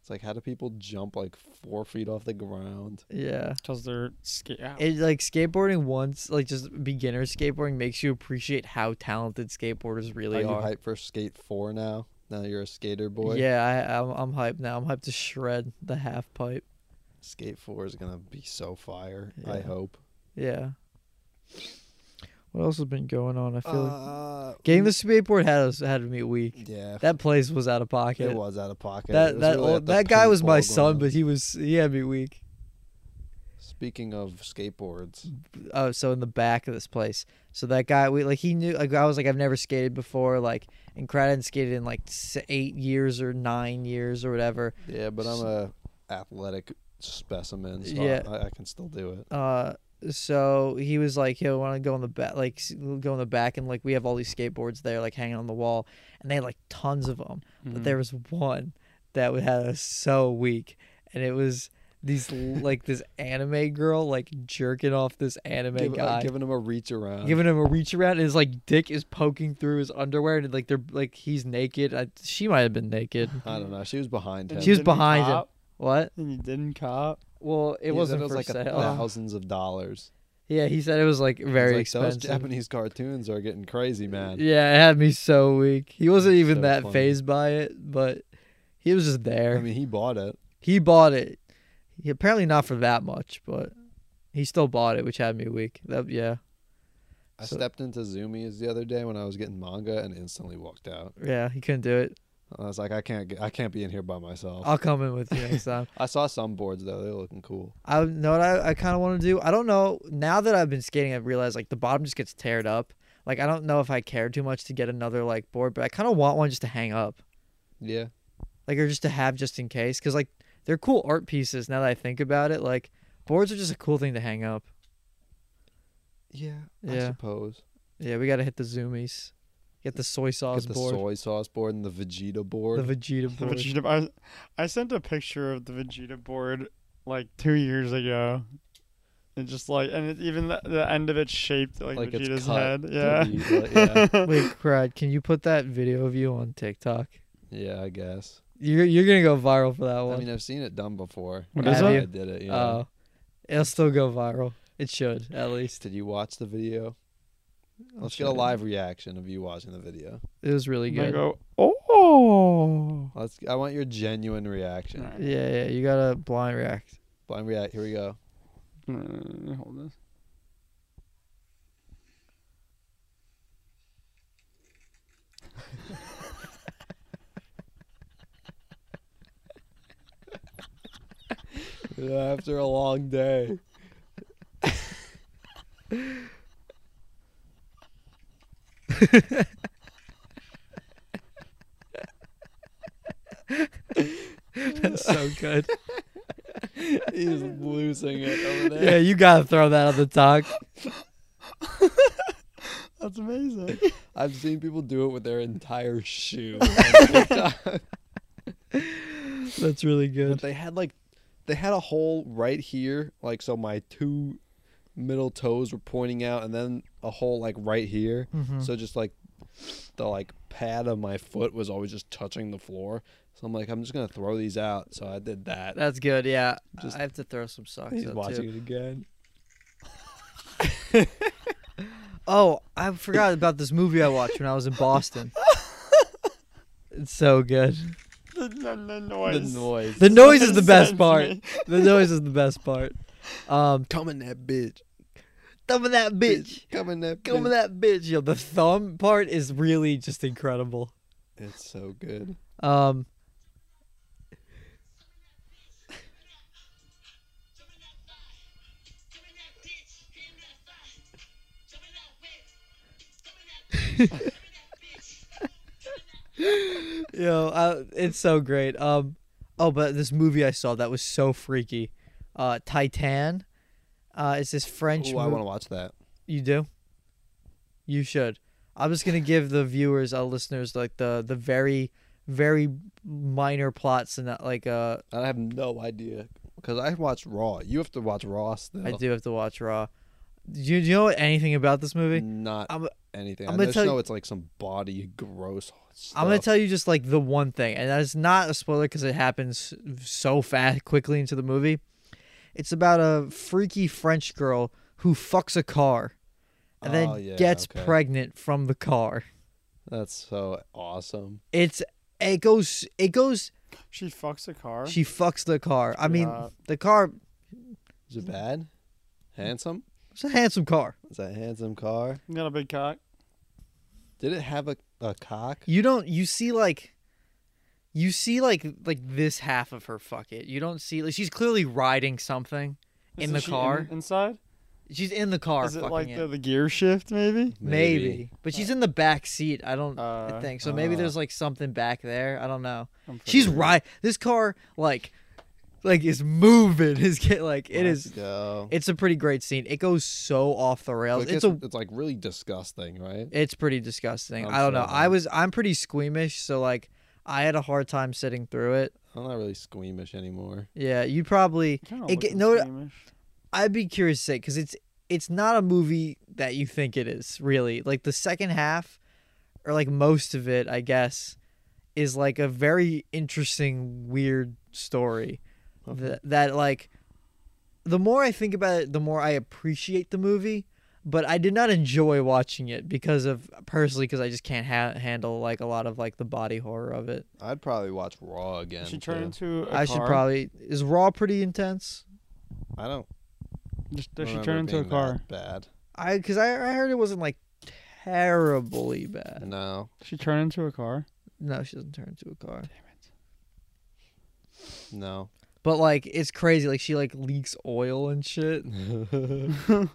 It's like how do people jump like four feet off the ground?
yeah.
because they're skate. Ow.
It like skateboarding once, like just beginner skateboarding makes you appreciate how talented skateboarders really
are you
are.
hyped for Skate Four now? Now you're a skater boy.
Yeah, I, I'm, I'm hyped now. I'm hyped to shred the half pipe.
Skate Four is gonna be so fire.
Yeah.
I hope.
Yeah. What else has been going on? I feel like
Uh,
getting the skateboard had us had me weak.
yeah,
That place was out of
it
pocket.
was out of pocket. It
That
was
that
really
old,
at the
that guy was my
pinball
son,
ground.
but he was he had me weak.
speaking of skateboards,
oh so in the back of this place so that guy we like he knew like i was like i've never skated before like and crad hadn't skated in like s- eight years or nine years or whatever
yeah, but I'm a athletic specimen, so
Yeah.
I, I can still do it.
uh so he was like yo want to go in the back like s- go in the back and like we have all these skateboards there like hanging on the wall and they had like tons of them
Mm-hmm.
but there
Mm-hmm.
was one that w- had us so weak and it was these l- like this anime girl like jerking off this anime
Give- uh,
guy
giving him a reach around.
giving him a reach around and his like dick is poking through his underwear and like they're like he's naked I, she might have been naked
I don't know. She was behind him.
She was
Didn't
behind him.
cop?
what
And you didn't cop.
well it
He said
wasn't
it was
for
like a
sale
thousands of dollars.
yeah he said it was like
I was
very
like,
expensive
Those Japanese cartoons are getting crazy, man.
yeah it had me so weak he wasn't
That's
even
so
that
funny.
phased by it but he was just there
I mean, he bought it.
he bought it he, apparently not for that much but he still bought it which had me weak that yeah
I
So-
stepped into Zoomies the other day when I was getting manga and instantly walked out.
yeah he couldn't do it
I was like, I can't, get, I can't be in here by myself.
i'll come in with you next time
I saw some boards though; they're looking cool.
I would- know what I, I kind of want to do. I don't know. Now that I've been skating, I've realized like the bottom just gets teared up. Like I don't know if I care too much to get another like board, but I kind of want one just to hang up,
Yeah,
like or just to have just in case, because like they're cool art pieces. Now that I think about it, like boards are just a cool thing to hang up.
yeah, I
Yeah.
suppose.
Yeah, we gotta hit the zoomies, get the soy sauce
Get the
board,
soy sauce board and the Vegeta board.
the Vegeta
The
board.
Vegeta. I, I sent a picture of the Vegeta board like two years ago. And just like, and it, even the, the end of it's shaped like,
Like, it's
Vegeta's
cut
head.
to
Yeah.
be, like, yeah.
Wait, Brad, can you put that video of you on TikTok?
yeah, I guess.
You're you're gonna go viral for that
I
one.
mean, I've seen it done before.
What
I
is
thought
it?
I did it. Yeah.
Oh, it'll still go viral. It should at least.
Did you watch the video? Let's get a
sure.
live reaction of you watching the video.
It was really
And I
good.
go, oh.
Let's. I want your genuine reaction.
Alright.
Yeah, yeah, you gotta blind react.
Blind react. Here we go.
Mm, hold this.
After a long day.
That's so good.
He's losing it over there.
yeah, you gotta throw that on the talk.
That's amazing.
I've seen people do it with their entire shoe. on TikTok.
That's really
but
good.
they had like, they had a hole right here, like so my two middle toes were pointing out, and then a hole like right here.
Mhm.
So just like the like pad of my foot was always just touching the floor. So I'm like, I'm just gonna throw these out. So I did that.
That's good. Yeah,
Just-
I have to throw some socks
He's
out
watching
too.
it again.
Oh, I forgot about this movie I watched when I was in Boston. it's so good.
The, the, the noise.
The noise.
The noise is the best
Sends
part.
me.
The noise is the best part. Um,
Coming that bitch.
thumb of that bitch.
Coming that.
Thumb of
bitch.
that bitch. Yo, the thumb part is really just incredible.
It's so good.
Um, yo, I, uh, it's so great. Um, oh, but this movie I saw that was so freaky. Uh, Titan. Uh, it's this French.
Ooh, I
mov-
want to watch that.
You do. You should. I'm just gonna give the viewers, our listeners, like the the very, very minor plots and that, like uh,
I have no idea because I watched Raw. You have to watch Raw still.
I do have to watch Raw. Do you, do you know anything about this movie?
Not
I'm-
anything.
I'm
i
gonna
just
tell you-
know it's like some body gross. Stuff.
I'm gonna tell you just like the one thing, and that's not a spoiler because it happens so fast, quickly into the movie. It's about a freaky French girl who fucks a car, and then
Oh, yeah,
gets
okay.
pregnant from the car.
That's so awesome.
It's it goes it goes.
She fucks a car.
She fucks the car. I mean,
Yeah.
the car
Is it bad? Handsome?
It's Mm. a handsome car.
Is that a handsome car?
got a big cock.
Did it have a, a cock?
You don't you see like you see like like this half of her fuck it. You don't see like she's clearly riding something in
Isn't
the
she
car.
inside?
she's in the car
Is it
fucking
like
it.
the, the gear shift maybe?
maybe. But she's in the back seat. I don't I
Uh,
think. So maybe
uh.
there's like something back there. I don't know.
I'm pretty
She's
sure.
right. This car like like is moving. Is get like it
Let's
is
Go.
it's a pretty great scene. It goes so off the rails.
Like,
It's
it's,
a
it's like really disgusting, right?
It's pretty disgusting.
I'm
I don't
sure
know.
of
I
it.
was I'm pretty squeamish, so like I had a hard time sitting through it.
I'm not really squeamish anymore.
Yeah, you probably
Kinda
It get-
looking
no,
squeamish.
I'd be curious to say cuz it's it's not a movie that you think it is, really. Like the second half or like most of it, I guess, is like a very interesting weird story that, that like the more I think about it, the more I appreciate the movie. But I did not enjoy watching it because of personally because I just can't ha- handle like a lot of like the body horror of it.
I'd probably watch Raw again.
She
too.
turned into a car.
I should probably is Raw pretty intense.
I don't.
Does, does she
remember
turn into a
being that
car?
Bad.
I because I, I heard it wasn't like terribly bad.
No,
She turn into a car?
No, she doesn't turn into a car.
no.
But like it's crazy. Like she like leaks oil and shit.
it,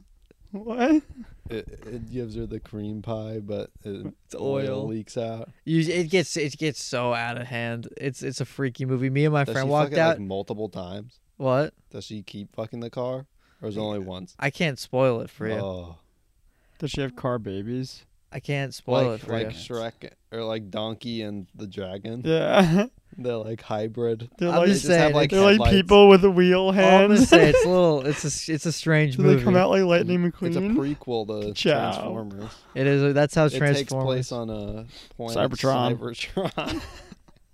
What?
it gives her the cream pie, but it,
It's oil.
leaks out.
You, it gets it gets so out of hand. It's it's a freaky movie. Me and my
Does she
friend
fuck
walked
it,
out.
like multiple times?
what?
Does she keep fucking the car, or is it only once?
I can't spoil it for you.
Oh,
Does she have car babies?
I can't spoil it
like
for
like
you.
Shrek or like Donkey and the Dragon.
Yeah.
They're like hybrid.
They're
I'm
like,
just
They just have,
saying,
like,
they're like
headlights.
people with a wheel
All I'm gonna
hands.
say it's a little. It's a s- it's a strange
Do
movie.
they come out like Lightning McQueen?
It's a prequel to
Ciao.
Transformers.
It is. That's how
It takes
Transformers.
place on a planet
Cybertron.
Cybertron.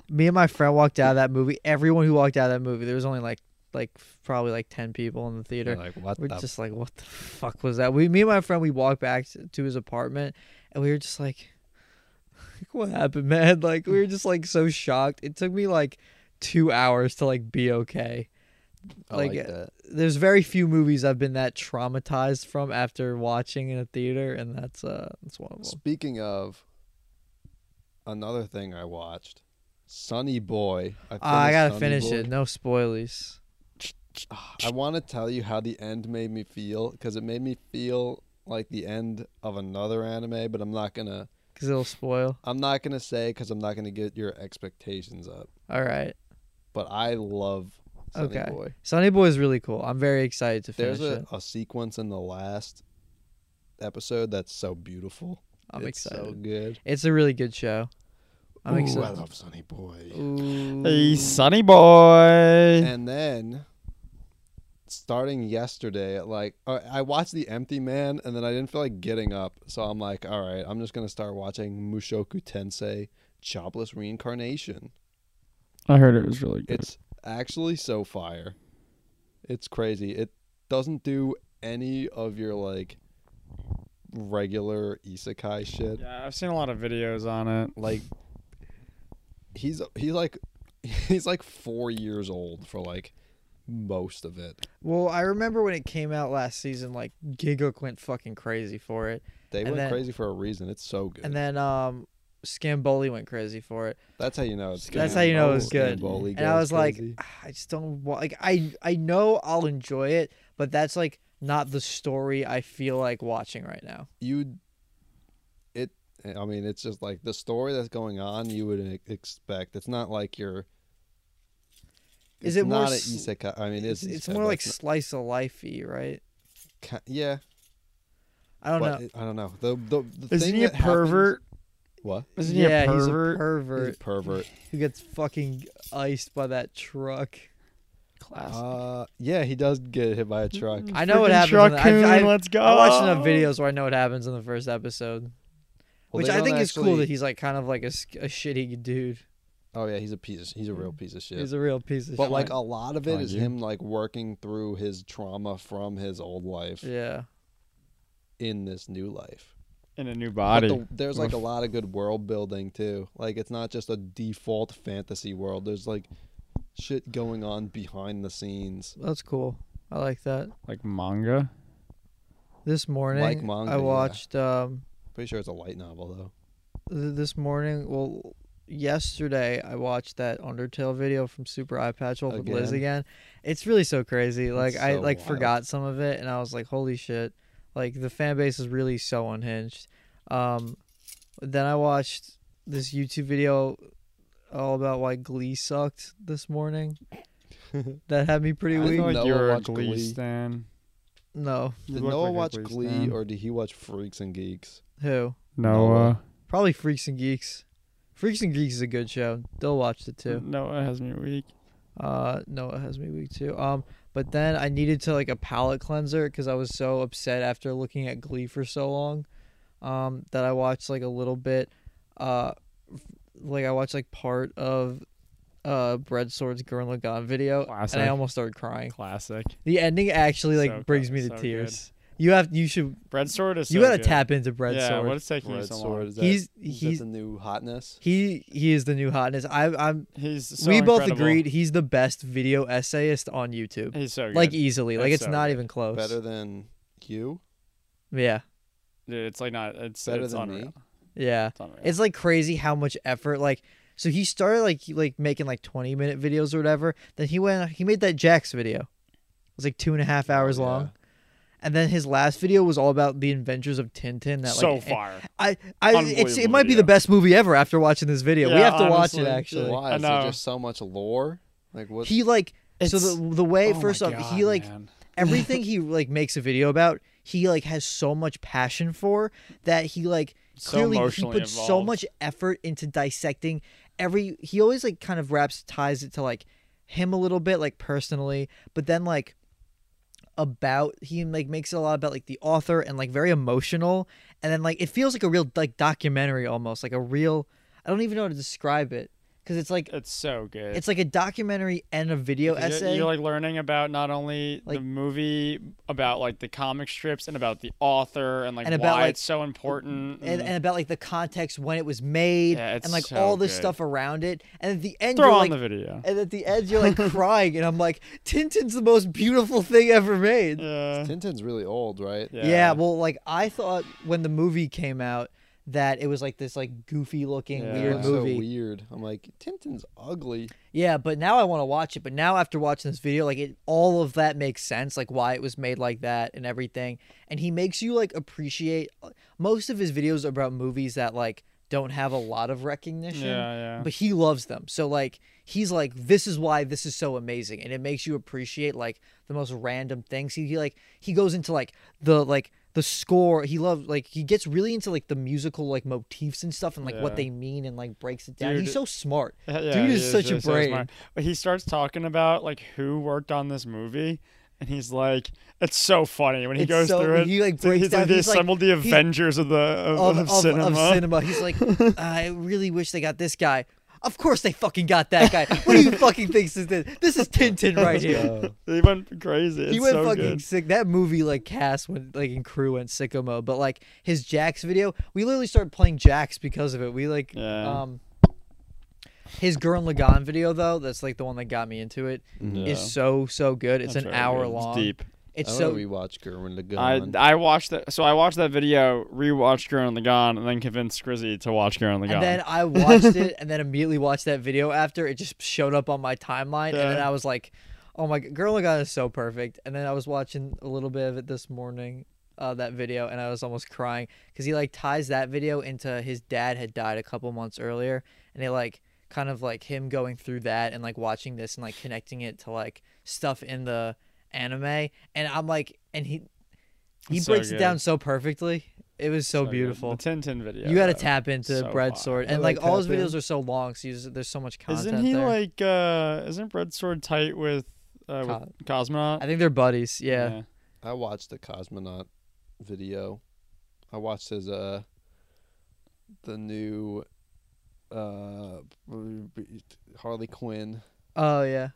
me and my friend walked out of that movie. Everyone who walked out of that movie, there was only like like probably like ten people in the theater.
They're like what
we're
the
just like, what the fuck was that? We, me and my friend, we walked back to, to his apartment, and we were just like, like, what happened, man? Like we were just like so shocked. It took me like two hours to like be okay.
I like,
like, uh,
that.
There's very few movies I've been that traumatized from after watching in a theater, and that's uh that's one of them.
Speaking of another thing I watched, Sunny Boy. I,
Uh, I
finished
gotta
Sonny
finish
Boy.
it. No spoilies.
I want to tell you how the end made me feel because it made me feel like the end of another anime, but I'm not gonna.
Cause it'll spoil.
I'm not gonna say because I'm not gonna get your expectations up.
All right,
But I love Sunny
Okay.
Boy.
Sunny Boy is really cool. I'm very excited to finish
There's a,
it.
a sequence in the last episode that's so beautiful.
I'm
It's
excited.
So good.
It's a really good show. I'm
Ooh, I
excited.
love Sunny Boy.
Ooh.
Hey, Sonny Boy.
And then s- starting yesterday at like uh, I watched The Empty Man and then I didn't feel like getting up, so I'm like, all right, I'm just gonna start watching Mushoku Tensei: Jobless Reincarnation.
I heard it was really good.
It's actually so fire. It's crazy. It doesn't do any of your like regular isekai shit.
yeah, I've seen a lot of videos on it.
Like he's he's like he's like 4 years old for like most of it.
Well, I remember when it came out last season, like Gigook went fucking crazy for it,
They
And
went
then-
crazy for a reason. It's so good.
and then um, Scamboli went crazy for it.
That's how you know it's good.
That's how you know it was
Scamboli
good.
goes
And I was like,
crazy.
"Ah, I just don't want. Like, I I know I'll enjoy it, but that's like not the story I feel like watching right now.
you it i mean it's just like the story that's going on you would e- expect it's not like you're
Is
it's
it more
not an
s-
isekai i mean
It's,
it's
it's
isekai,
more
but
like
it's
slice of lifey, right?
not, ki- yeah
I don't
but
know.
it- i don't know the the, the
Isn't
thing
he a
that happens-
pervert?
what
Isn't he
yeah,
a
he's a
pervert?
He's
pervert
a pervert
who gets fucking iced by that truck.
Classic.
uh yeah he does get hit by a truck
I know what
Freaking
happens. in the-
Truckoon,
I, I,
let's go.
I watched enough videos where I know what happens in the first episode,
Well,
which
they
I
don't
think is cool
actually-
that he's like kind of like a, s- a shitty dude.
oh yeah he's a piece of, he's a real piece of shit
He's a real piece of
but
shit.
like a lot of it
Mind
is
you.
him like working through his trauma from his old life
yeah,
in this new life
in a new
But
body.
the- there's like a
Oof.
lot of good world building too. Like it's not just a default fantasy world. There's like shit going on behind the scenes.
that's cool. I like that.
like manga.
This morning,
manga,
I
yeah.
watched. Um,
Pretty sure it's a light novel though.
th- this morning, well, yesterday I watched that Undertale video from Super Eye Patch Wolf with Liz again. It's really so crazy. Like I
so
like
wild.
forgot some of it, and I was like, holy shit! Like the fan base is really so unhinged. Um, then I watched this YouTube video all about why Glee sucked this morning. that had me pretty
I
weak.
feel like
Noah
you're a
watched
Glee,
Glee.
stan.
No,
You
Did
look
Noah
like a
watch
Glee
Glee
stan.
or did he watch Freaks and Geeks?
who?
Noah?
Probably Freaks and Geeks. Freaks and Geeks is a good show. They'll watch it too.
Noah has me weak.
Uh, Noah has me weak too. Um, but then I needed to like a palate cleanser because I was so upset after looking at Glee for so long, um, that I watched like a little bit, uh, f- like I watched like part of, uh, Bread Sword's Gurren Lagann video, and I
Classic.
almost started crying.
Classic.
The ending actually like
So
brings
good,
me to
so good.
tears. You have you should
Bread Sword is.
you
so
gotta
good.
tap into Bread
yeah,
Sword.
what is taking you
Red
so
Sword.
long?
Is that,
He's-
is
he's-
that the new hotness?
He he is the new hotness. I I'm
He's. So
we both
incredible.
agreed he's the best video essayist on YouTube.
He's so good.
Like easily. Like
That's
it's
so
not
good.
even close.
Better than you?
Yeah.
Dude, it's like not. It's
Better
it's
than
unreal.
me?
Yeah.
It's unreal.
It's like crazy how much effort like so he started like he- like making like twenty minute videos or whatever. Then he went he made that Jax video. It was like two and a
Oh,
half hours
yeah.
long. And then his last video was all about the adventures of Tintin. That
so
like eh,
far.
I, I it's, it
Unbelievable
might be the
video.
best movie ever after watching this video. we
Yeah,
have to watch it
honestly.
actually.
Why?
I
Is there
know.
just so much lore? Like what?
He like so
It's-
the the way
Oh
first
my
off he
God,
like
man.
everything he like makes a video about he like has so much passion for that he like
So
clearly he
emotionally
puts so
involved.
much effort into dissecting every he always like kind of wraps ties it to like him a little bit like personally but then like about he like makes it a lot about like the author and like very emotional and then like it feels like a real like documentary almost like a real i don't even know how to describe it because it's like
It's so good.
it's like a documentary and a video
You're-
essay
You're like learning about not only
Like-
the movie, about like the comic strips, and about the author, and like
And
why
about, like,
it's so important.
and, and about like the context when it was made
Mm-hmm. Yeah, it's
and like
so
all this
good.
stuff around it and at the end
throw
you're
on
like
the video.
and at the end you're like crying and i'm like tintin's the most beautiful thing ever made
Yeah.
Tintin's really old, right?
yeah. well like i thought when the movie came out that it was like this like goofy looking
Yeah.
weird
It's so
movie
weird. I'm like Tintin's ugly.
yeah but now i want to watch it but now after watching this video like it all of that makes sense like why it was made like that and everything and he makes you like appreciate uh, most of his videos are about movies that like don't have a lot of recognition
Yeah, yeah.
but he loves them. So like he's like this is why this is so amazing and it makes you appreciate like the most random things. He, he like he goes into like the like the score. He loves like he gets really into like the musical like motifs and stuff and like what
Yeah.
they mean and like breaks it down. he's
Dude.
so smart.
Yeah,
Dude
he
is such a
really so
brain.
smart. But he starts talking about like who worked on this movie, and he's like, "It's so funny when he
It's
goes
so-
through it."
he, like,
It's like-
breaks
he's
down-
like they
he's like-
assembled the
he-
Avengers of the of, of cinema.
He's like, I really wish they got this guy. Of course they fucking got that guy. What do you fucking think is this? This is Tintin right here.
Uh,
He went crazy. It's
he went
so
fucking
good.
sick. That movie like cast went like and crew went sicko mode. But like his Jax video, we literally started playing Jax because of it. We like
Yeah.
um his Gurren Lagann video though. That's like the one that got me into it. Is
Yeah.
so so good. It's
That's
an
very
hour
good. It's
long.
deep.
It's
I
so
so we watched Gerwin the
I
Gun.
I watched that. So I watched that video, rewatched Girl on the Gone, and then convinced Grizzy to watch Girl on the Gone.
And then I watched it and then immediately watched that video after. It just showed up on my timeline. And then
Yeah.
I was like, oh my God, Girl God is so perfect. And then I was watching a little bit of it this morning, uh, that video, and I was almost crying because he like ties that video into his dad had died a couple months earlier. And they like kind of like him going through that and like watching this and like connecting it to like stuff in the anime. And I'm like, and he. He
It's so
breaks it
good.
down so perfectly. It was so,
good.
oh, beautiful.
The Tintin video.
You got to
though.
tap into
so
Bread
fire.
Sword, and
I
like
like
all his
tap
videos
in.
are so long, so he's, there's so much content.
Isn't he
there.
like? uh Isn't Bread Sword tight with uh with Cosmonaut?
I think they're buddies. Yeah.
I watched the cosmonaut video. I watched his uh the new uh Harley Quinn
Oh yeah.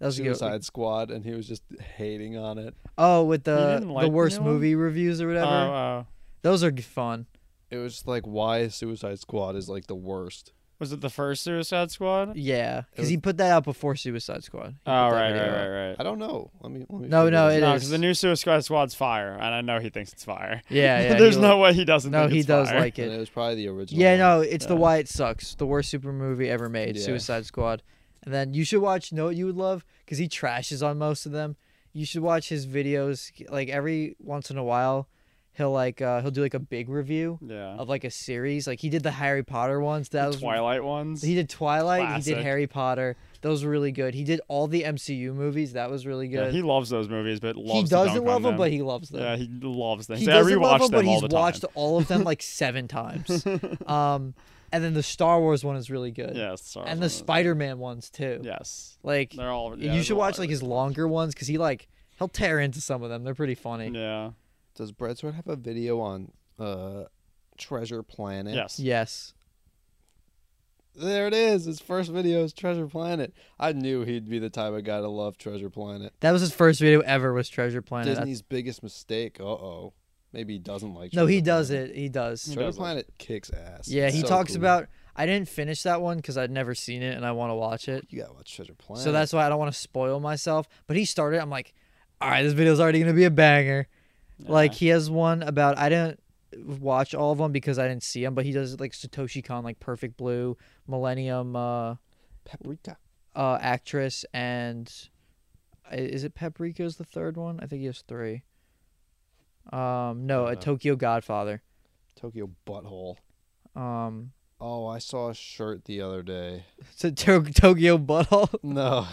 That was a good.
Suicide Squad, and he was just hating on it.
Oh, with
You
the
didn't like
the
the
worst
new one?
movie reviews or
Oh,
whatever.
oh.
Those are g- fun.
It was just like why Suicide Squad is like the worst.
was it the first Suicide Squad?
Yeah, because
was-
he put that out before Suicide Squad. He put
Oh
that
right,
video
right,
out.
right, right.
I don't know. Let me. Let me
No,
figure
no,
it
it
out.
No,
is.
because the new Suicide Squad's fire, and I know he thinks it's fire.
Yeah, yeah.
There's
he
no
li-
way he doesn't.
No,
think
he
it's
does
fire.
like
And it
it.
was probably the original.
Yeah,
one.
no, it's the
Yeah.
why it sucks. The worst super movie ever made.
Yeah.
Suicide Squad. And then you should watch. Know what you would love because he trashes on most of them. You should watch his videos. Like every once in a while, he'll like uh, he'll do like a big review
Yeah.
of like a series. Like he did the Harry Potter ones. That was
Twilight ones.
He did Twilight. He did
Classic.
Harry Potter. Those were really good. He did all the MCU movies. That was really
yeah,
good.
he loves those movies, but
He
loves to
doesn't
dunk on
love them, but he loves them.
Yeah, he loves them.
He
See, I
doesn't
rewatch
love them, but
them all
he's
the time.
watched all of them like seven times. Um, and then the Star Wars one is really good.
Yes, Star
and the
Wars ones.
Spider Man ones too.
Yes,
Like
they're all. yeah,
you
there's a
should
lot
watch
of
like
it.
his longer ones because he like he'll tear into some of them. They're pretty funny.
Yeah.
Does Brad Sword have a video on uh Treasure Planet?
Yes.
Yes.
There it is. His first video is Treasure Planet. I knew he'd be the type of guy to love Treasure Planet.
That was his first video ever was Treasure Planet. That's-
Disney's biggest mistake. Uh oh. Maybe he doesn't like.
No, he
Treasure
does
Planet.
it. He does.
Treasure
does it.
Planet kicks ass.
Yeah,
It's
he
so
talks
cool.
about I didn't finish that one because I'd never seen it and I want to watch it.
You gotta watch Treasure Planet.
So that's why I don't want to spoil myself. But he started. I'm like, all right, this video's already gonna be a banger. Like
Yeah.
he has one about I didn't watch all of them because I didn't see them, but he does like Satoshi Kon, like Perfect Blue, Millennium, uh,
Paprika.
uh, actress, and i- is it Paprika's the third one? I think he has three. Um, no, a
Dunno.
Tokyo Godfather.
Tokyo butthole.
Um,
Oh, I saw a shirt the other day.
so to- Tokyo Butthole.
No,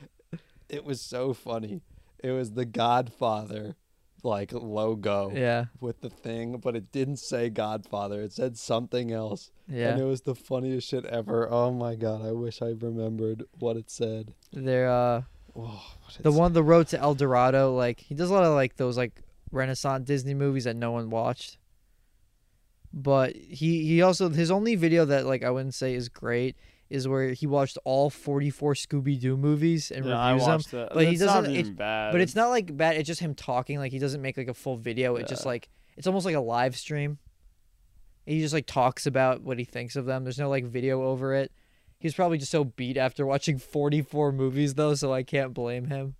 it was so funny. It was the Godfather, like logo.
yeah,
With the thing, but it didn't say Godfather. It said something else.
yeah.
And it was the funniest shit ever. Oh my god, I wish I remembered what it said.
They're uh.
Oh, what it
the
said.
one the road to el dorado like he does a lot of like those like renaissance disney movies that no one watched but he he also his only video that like i wouldn't say is great is where he watched all 44 scooby-doo movies and
Yeah, I
reviews them
watched that.
but he
It's
doesn't
Not
it's-
even bad.
but it's not like bad it's just him talking like he doesn't make like a full video it just
Yeah.
like it's almost like a live stream he just like talks about what he thinks of them there's no like video over it he was probably just so beat after watching 44 movies though so i can't blame him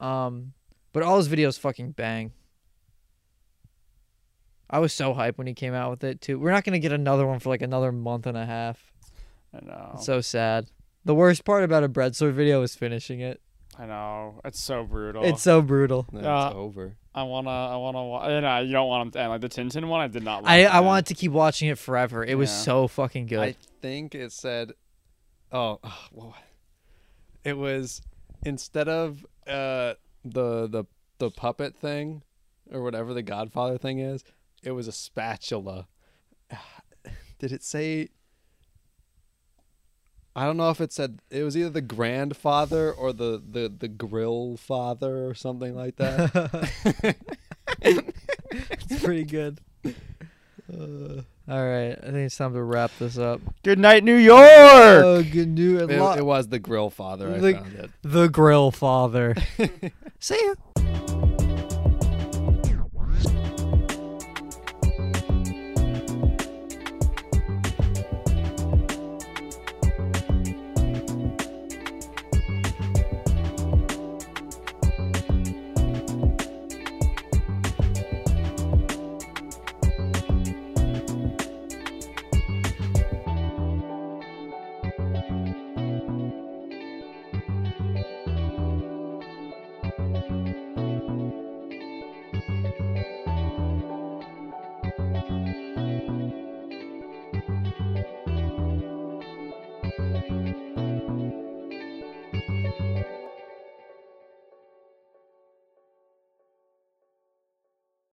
um but all his videos fucking bang i was so hyped when he came out with it too we're not gonna get another one for like another month and a half
I know.
it's so sad the worst part about a bread sword video is finishing it
I know. It's so brutal.
it's so brutal
No,
Uh,
it's over.
I wanna. I wanna. wa- You know. You don't want him to end like the Tintin one. I did not. Like
I, I
man.
wanted to keep watching it forever. It was
Yeah.
so fucking good.
I think it said, oh, ah, what wa- it was instead of uh the the the puppet thing or whatever the Godfather thing is, it was a spatula. Did it say? I don't know if it said it was either the grandfather or the the the grill father or something like that.
It's pretty good. Uh, All right, I think it's time to wrap this up.
Good night, New York.
Oh, good new
it, it was the grill father. I
The-
found it.
the grill father. See ya.